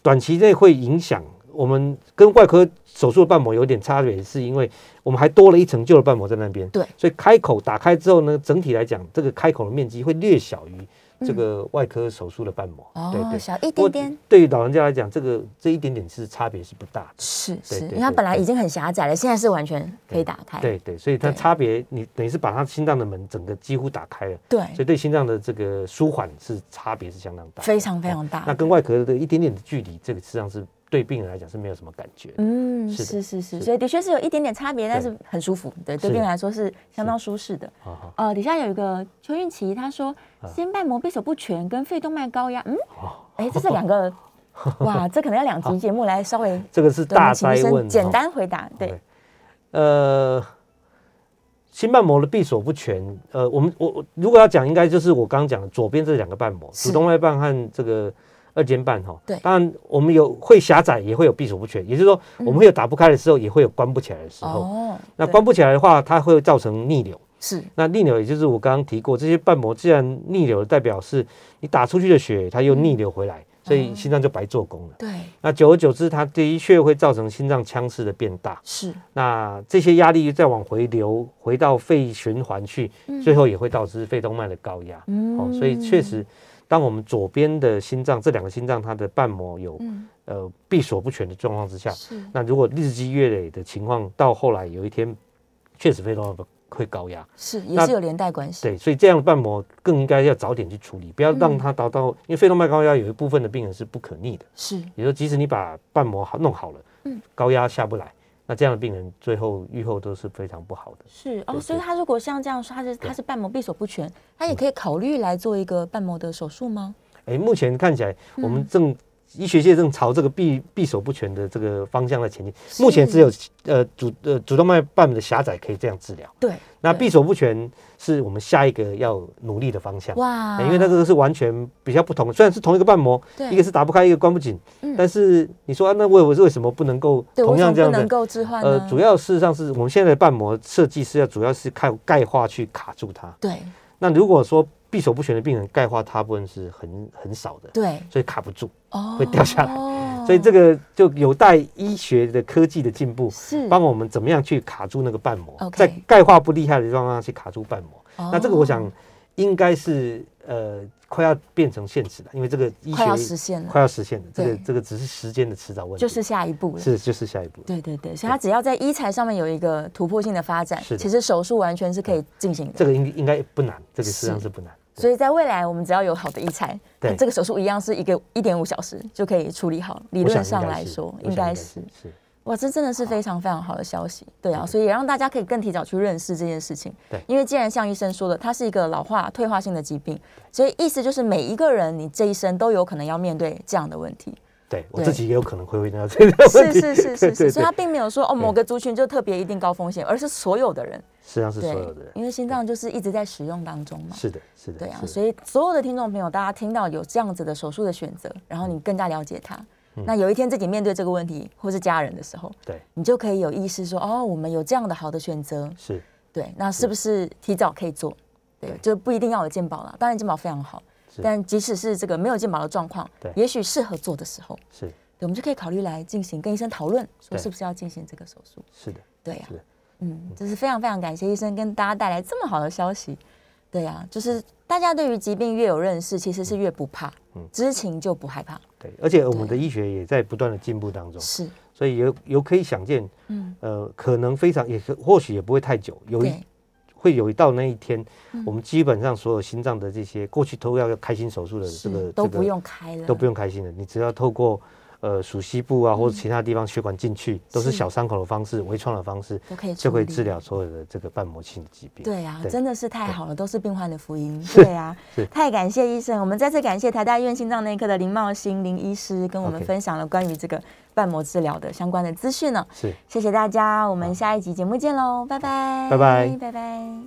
[SPEAKER 3] 短期内会影响我们跟外科手术的瓣膜有点差别，是因为我们还多了一层旧的瓣膜在那边。
[SPEAKER 2] 对，
[SPEAKER 3] 所以开口打开之后呢，整体来讲，这个开口的面积会略小于这个外科手术的瓣膜。对
[SPEAKER 2] 嗯哦，
[SPEAKER 3] 对。
[SPEAKER 2] 小一
[SPEAKER 3] 不过
[SPEAKER 2] 点点。
[SPEAKER 3] 对于老人家来讲，这个这一点点是差别是不大的。
[SPEAKER 2] 是
[SPEAKER 3] 对
[SPEAKER 2] 是，
[SPEAKER 3] 对
[SPEAKER 2] 因为它
[SPEAKER 3] 对
[SPEAKER 2] 本来
[SPEAKER 3] 对
[SPEAKER 2] 已经很狭窄了，现在是完全可以打开。
[SPEAKER 3] 对对，所以它
[SPEAKER 2] 哎对
[SPEAKER 3] 差别，你等于是把它心脏的门整个几乎打开了。
[SPEAKER 2] 对，
[SPEAKER 3] 所以对心脏的这个舒缓是差别是相当大的，
[SPEAKER 2] 非常非常大
[SPEAKER 3] 哦那。跟外壳的一点点的距离，这个实际上是对病人来讲是没有什么感觉的。
[SPEAKER 2] 嗯，
[SPEAKER 3] 是的
[SPEAKER 2] 是是是，
[SPEAKER 3] 是
[SPEAKER 2] 所以的确是有一点点差别，但是很舒服，对，对
[SPEAKER 3] 是
[SPEAKER 2] 病人来说是相当舒适的。
[SPEAKER 3] 好好
[SPEAKER 4] 呃，底下有一个邱运琪，他说，
[SPEAKER 3] 啊
[SPEAKER 4] 心瓣膜闭锁不全跟肺动脉高压，嗯，
[SPEAKER 3] 哦
[SPEAKER 2] 哎，这是两 个，哇，这可能要两集节目来稍微
[SPEAKER 3] 这个是
[SPEAKER 2] 对我
[SPEAKER 3] 大
[SPEAKER 2] 们请医
[SPEAKER 3] 灾问
[SPEAKER 2] 生
[SPEAKER 3] 哦。
[SPEAKER 2] 简单回答，对
[SPEAKER 3] OK，呃，心瓣膜的闭锁不全，呃，我们我我如果要讲，应该就是我刚刚讲的左边这两个瓣膜，
[SPEAKER 2] 是
[SPEAKER 3] 主动脉瓣和这个二尖瓣哈。
[SPEAKER 2] 对
[SPEAKER 3] 当然我们有会狭窄，也会有闭锁不全，也就是说我们会有打不开的时候，也会有关不起来的时候。
[SPEAKER 2] 嗯哦，
[SPEAKER 3] 那
[SPEAKER 2] 对
[SPEAKER 3] 关不起来的话，它会造成逆流。
[SPEAKER 2] 是
[SPEAKER 3] 那逆流也就是我刚刚提过，这些瓣膜既然逆流，代表是你打出去的血，它又逆流
[SPEAKER 2] 嗯
[SPEAKER 3] 回来，所以心脏就白做工了。
[SPEAKER 2] 对
[SPEAKER 3] 那久而久之，它的确会造成心脏腔室的变大。
[SPEAKER 2] 是
[SPEAKER 3] 那这些压力再往回流，回到肺循环去，最后也会导致肺动脉的高压。
[SPEAKER 2] 嗯
[SPEAKER 3] 哦，所以确实，当我们左边的心脏这两个心脏它的瓣膜有、呃闭锁不全的状况之下，那如果日积月累的情况，到后来有一天，确实肺动脉会高压。
[SPEAKER 2] 是，也
[SPEAKER 3] 那
[SPEAKER 2] 是有连带关系。
[SPEAKER 3] 对，所以这样的瓣膜更应该要早点去处理，不要让它达到，因为肺动脉高压有一部分的病人是不可逆的，
[SPEAKER 2] 是
[SPEAKER 3] 也就是即使你把瓣膜好弄好了，
[SPEAKER 2] 嗯
[SPEAKER 3] 高压下不来，那这样的病人最后愈后都是非常不好的。
[SPEAKER 2] 是
[SPEAKER 3] 对嗯
[SPEAKER 2] 哦，
[SPEAKER 3] 对
[SPEAKER 2] 所以他如果像这样说，他是他是瓣膜闭锁不全，他也可以考虑来做一个瓣膜的手术吗？
[SPEAKER 3] 哎，目前看起来
[SPEAKER 2] 嗯
[SPEAKER 3] 我们正、医学界正朝这个闭闭锁不全的这个方向在前进，目前只有呃主呃主动脉瓣的狭窄可以这样治疗，
[SPEAKER 2] 对，
[SPEAKER 3] 那
[SPEAKER 2] 对
[SPEAKER 3] 闭锁不全是我们下一个要努力的方向。
[SPEAKER 2] 哇
[SPEAKER 3] 欸因为它这个是完全比较不同的，虽然是同一个瓣膜，
[SPEAKER 2] 对嗯
[SPEAKER 3] 一个是打不开，一个关不紧，但是你说、啊、那为我为什么不能够
[SPEAKER 2] 对
[SPEAKER 3] 同
[SPEAKER 2] 为什
[SPEAKER 3] 样
[SPEAKER 2] 么
[SPEAKER 3] 这样
[SPEAKER 2] 不能
[SPEAKER 3] 的？
[SPEAKER 2] 够置换
[SPEAKER 3] 呃
[SPEAKER 2] 呢，？
[SPEAKER 3] 主要事实上是我们现在的瓣膜设计是要主要是靠钙化去卡住它。
[SPEAKER 2] 对
[SPEAKER 3] 那如果说闭锁不全的病人，钙化大部分是很很少的，
[SPEAKER 2] 对
[SPEAKER 3] 所以卡不住，
[SPEAKER 2] 哦
[SPEAKER 3] 会掉下来
[SPEAKER 2] 来
[SPEAKER 3] 所以这个就有待医学的科技的进步，
[SPEAKER 2] 是
[SPEAKER 3] 帮我们怎么样去卡住那个瓣膜，
[SPEAKER 2] OK
[SPEAKER 3] 在钙化不厉害的地方上去卡住瓣膜。
[SPEAKER 2] 哦
[SPEAKER 3] 那这个我想应该是呃快要变成现实了，因为这个医
[SPEAKER 2] 哦快要
[SPEAKER 3] 学
[SPEAKER 2] 实现了，
[SPEAKER 3] 快要实现了，这个
[SPEAKER 2] 对
[SPEAKER 3] 这个只是时间的迟早问题，
[SPEAKER 2] 就是下一步了。
[SPEAKER 3] 是就是下一步。
[SPEAKER 2] 对对对，所以它只要在医材上面有一个突破性的发展
[SPEAKER 3] 是，的
[SPEAKER 2] 其实手术完全是可以进行
[SPEAKER 3] 这
[SPEAKER 2] 的。
[SPEAKER 3] 个应应该不难，这个实际上
[SPEAKER 2] 是
[SPEAKER 3] 是不难。对
[SPEAKER 2] 所以在未来，我们只要有好的医材，
[SPEAKER 3] 对
[SPEAKER 2] 那这个手术一样是一个一点五小时就可以处理好。理
[SPEAKER 3] 我想
[SPEAKER 2] 论上来说，
[SPEAKER 3] 应
[SPEAKER 2] 应
[SPEAKER 3] 该
[SPEAKER 2] 该
[SPEAKER 3] 是
[SPEAKER 2] 是
[SPEAKER 3] 我想是
[SPEAKER 2] 哇，这真的是非常非常好的消息。对啊，
[SPEAKER 3] 对
[SPEAKER 2] 所以也让大家可以更提早去认识这件事情。
[SPEAKER 3] 对
[SPEAKER 2] 因为既然像医生说的，它是一个老化退化性的疾病，所以意思就是每一个人你这一生都有可能要面对这样的问题。
[SPEAKER 3] 对我
[SPEAKER 2] 对
[SPEAKER 3] 自己也有可能会遇 到这个
[SPEAKER 2] 是
[SPEAKER 3] 问 题。
[SPEAKER 2] 是是是
[SPEAKER 3] 对
[SPEAKER 2] 是，所以
[SPEAKER 3] 对
[SPEAKER 2] 他并没有说哦某个族群就特别一定高风险，而是所有的人，
[SPEAKER 3] 实际上是所有的人，
[SPEAKER 2] 因为心脏就是一直在使用当中嘛。
[SPEAKER 3] 是的，是的，
[SPEAKER 2] 对啊，
[SPEAKER 3] 是的
[SPEAKER 2] 所以所有的听众朋友，大家听到有这样子的手术的选择，然
[SPEAKER 3] 嗯
[SPEAKER 2] 后你更加了解它。那有一天自己面对这个问题或是家人的时候，
[SPEAKER 3] 对
[SPEAKER 2] 你就可以有意识说，哦，我们有这样的好的选择，
[SPEAKER 3] 是
[SPEAKER 2] 对，那是不是提早可以做？对，
[SPEAKER 3] 对
[SPEAKER 2] 就不一定要有健保啦。当然健保非常好，
[SPEAKER 3] 是
[SPEAKER 2] 但即使是这个没有健保的状况
[SPEAKER 3] 对，
[SPEAKER 2] 也许适合做的时候，
[SPEAKER 3] 是
[SPEAKER 2] 对，我们就可以考虑来进行跟医生讨论，说
[SPEAKER 3] 对
[SPEAKER 2] 是不是要进行这个手术。
[SPEAKER 3] 是的，
[SPEAKER 2] 对呀、
[SPEAKER 3] 是的
[SPEAKER 2] 嗯，就是非常非常感谢医生跟大家带来这么好的消息。对呀、就是大家对于疾病越有认识，其实是越不怕，
[SPEAKER 3] 嗯
[SPEAKER 2] 知情就不害怕。
[SPEAKER 3] 对。而且我们的医学也在不断的进步当中，
[SPEAKER 2] 是，
[SPEAKER 3] 所以有有可以想见，
[SPEAKER 2] 嗯，
[SPEAKER 3] 呃，可能非常也可或许也不会太久，有一
[SPEAKER 2] 对，嗯
[SPEAKER 3] 会有一到那一天，我们基本上所有心脏的这些过去都要开心手术的这个
[SPEAKER 2] 是都
[SPEAKER 3] 这个
[SPEAKER 2] 不用开了，
[SPEAKER 3] 都不用开心的，你只要透过呃属西部啊或者其他地方血管进去，都
[SPEAKER 2] 嗯
[SPEAKER 3] 是
[SPEAKER 2] 是
[SPEAKER 3] 小伤口的方式、微创的方式，
[SPEAKER 2] 都可以
[SPEAKER 3] 就可以
[SPEAKER 2] 处理
[SPEAKER 3] 治疗所有的这个瓣膜性的疾病。
[SPEAKER 2] 对啊，
[SPEAKER 3] 对
[SPEAKER 2] 真的是太好了，都是病患的福音。对啊
[SPEAKER 3] 是，
[SPEAKER 2] 太感谢医生，我们再次感谢台大医院心脏内科的林茂兴林医师跟我们
[SPEAKER 3] OK
[SPEAKER 2] 分享了关于这个瓣膜治疗的相关的资讯呢。
[SPEAKER 3] 是。
[SPEAKER 2] 谢谢大家，我们下一集节目见喽，拜拜，
[SPEAKER 3] 拜拜
[SPEAKER 2] 拜拜。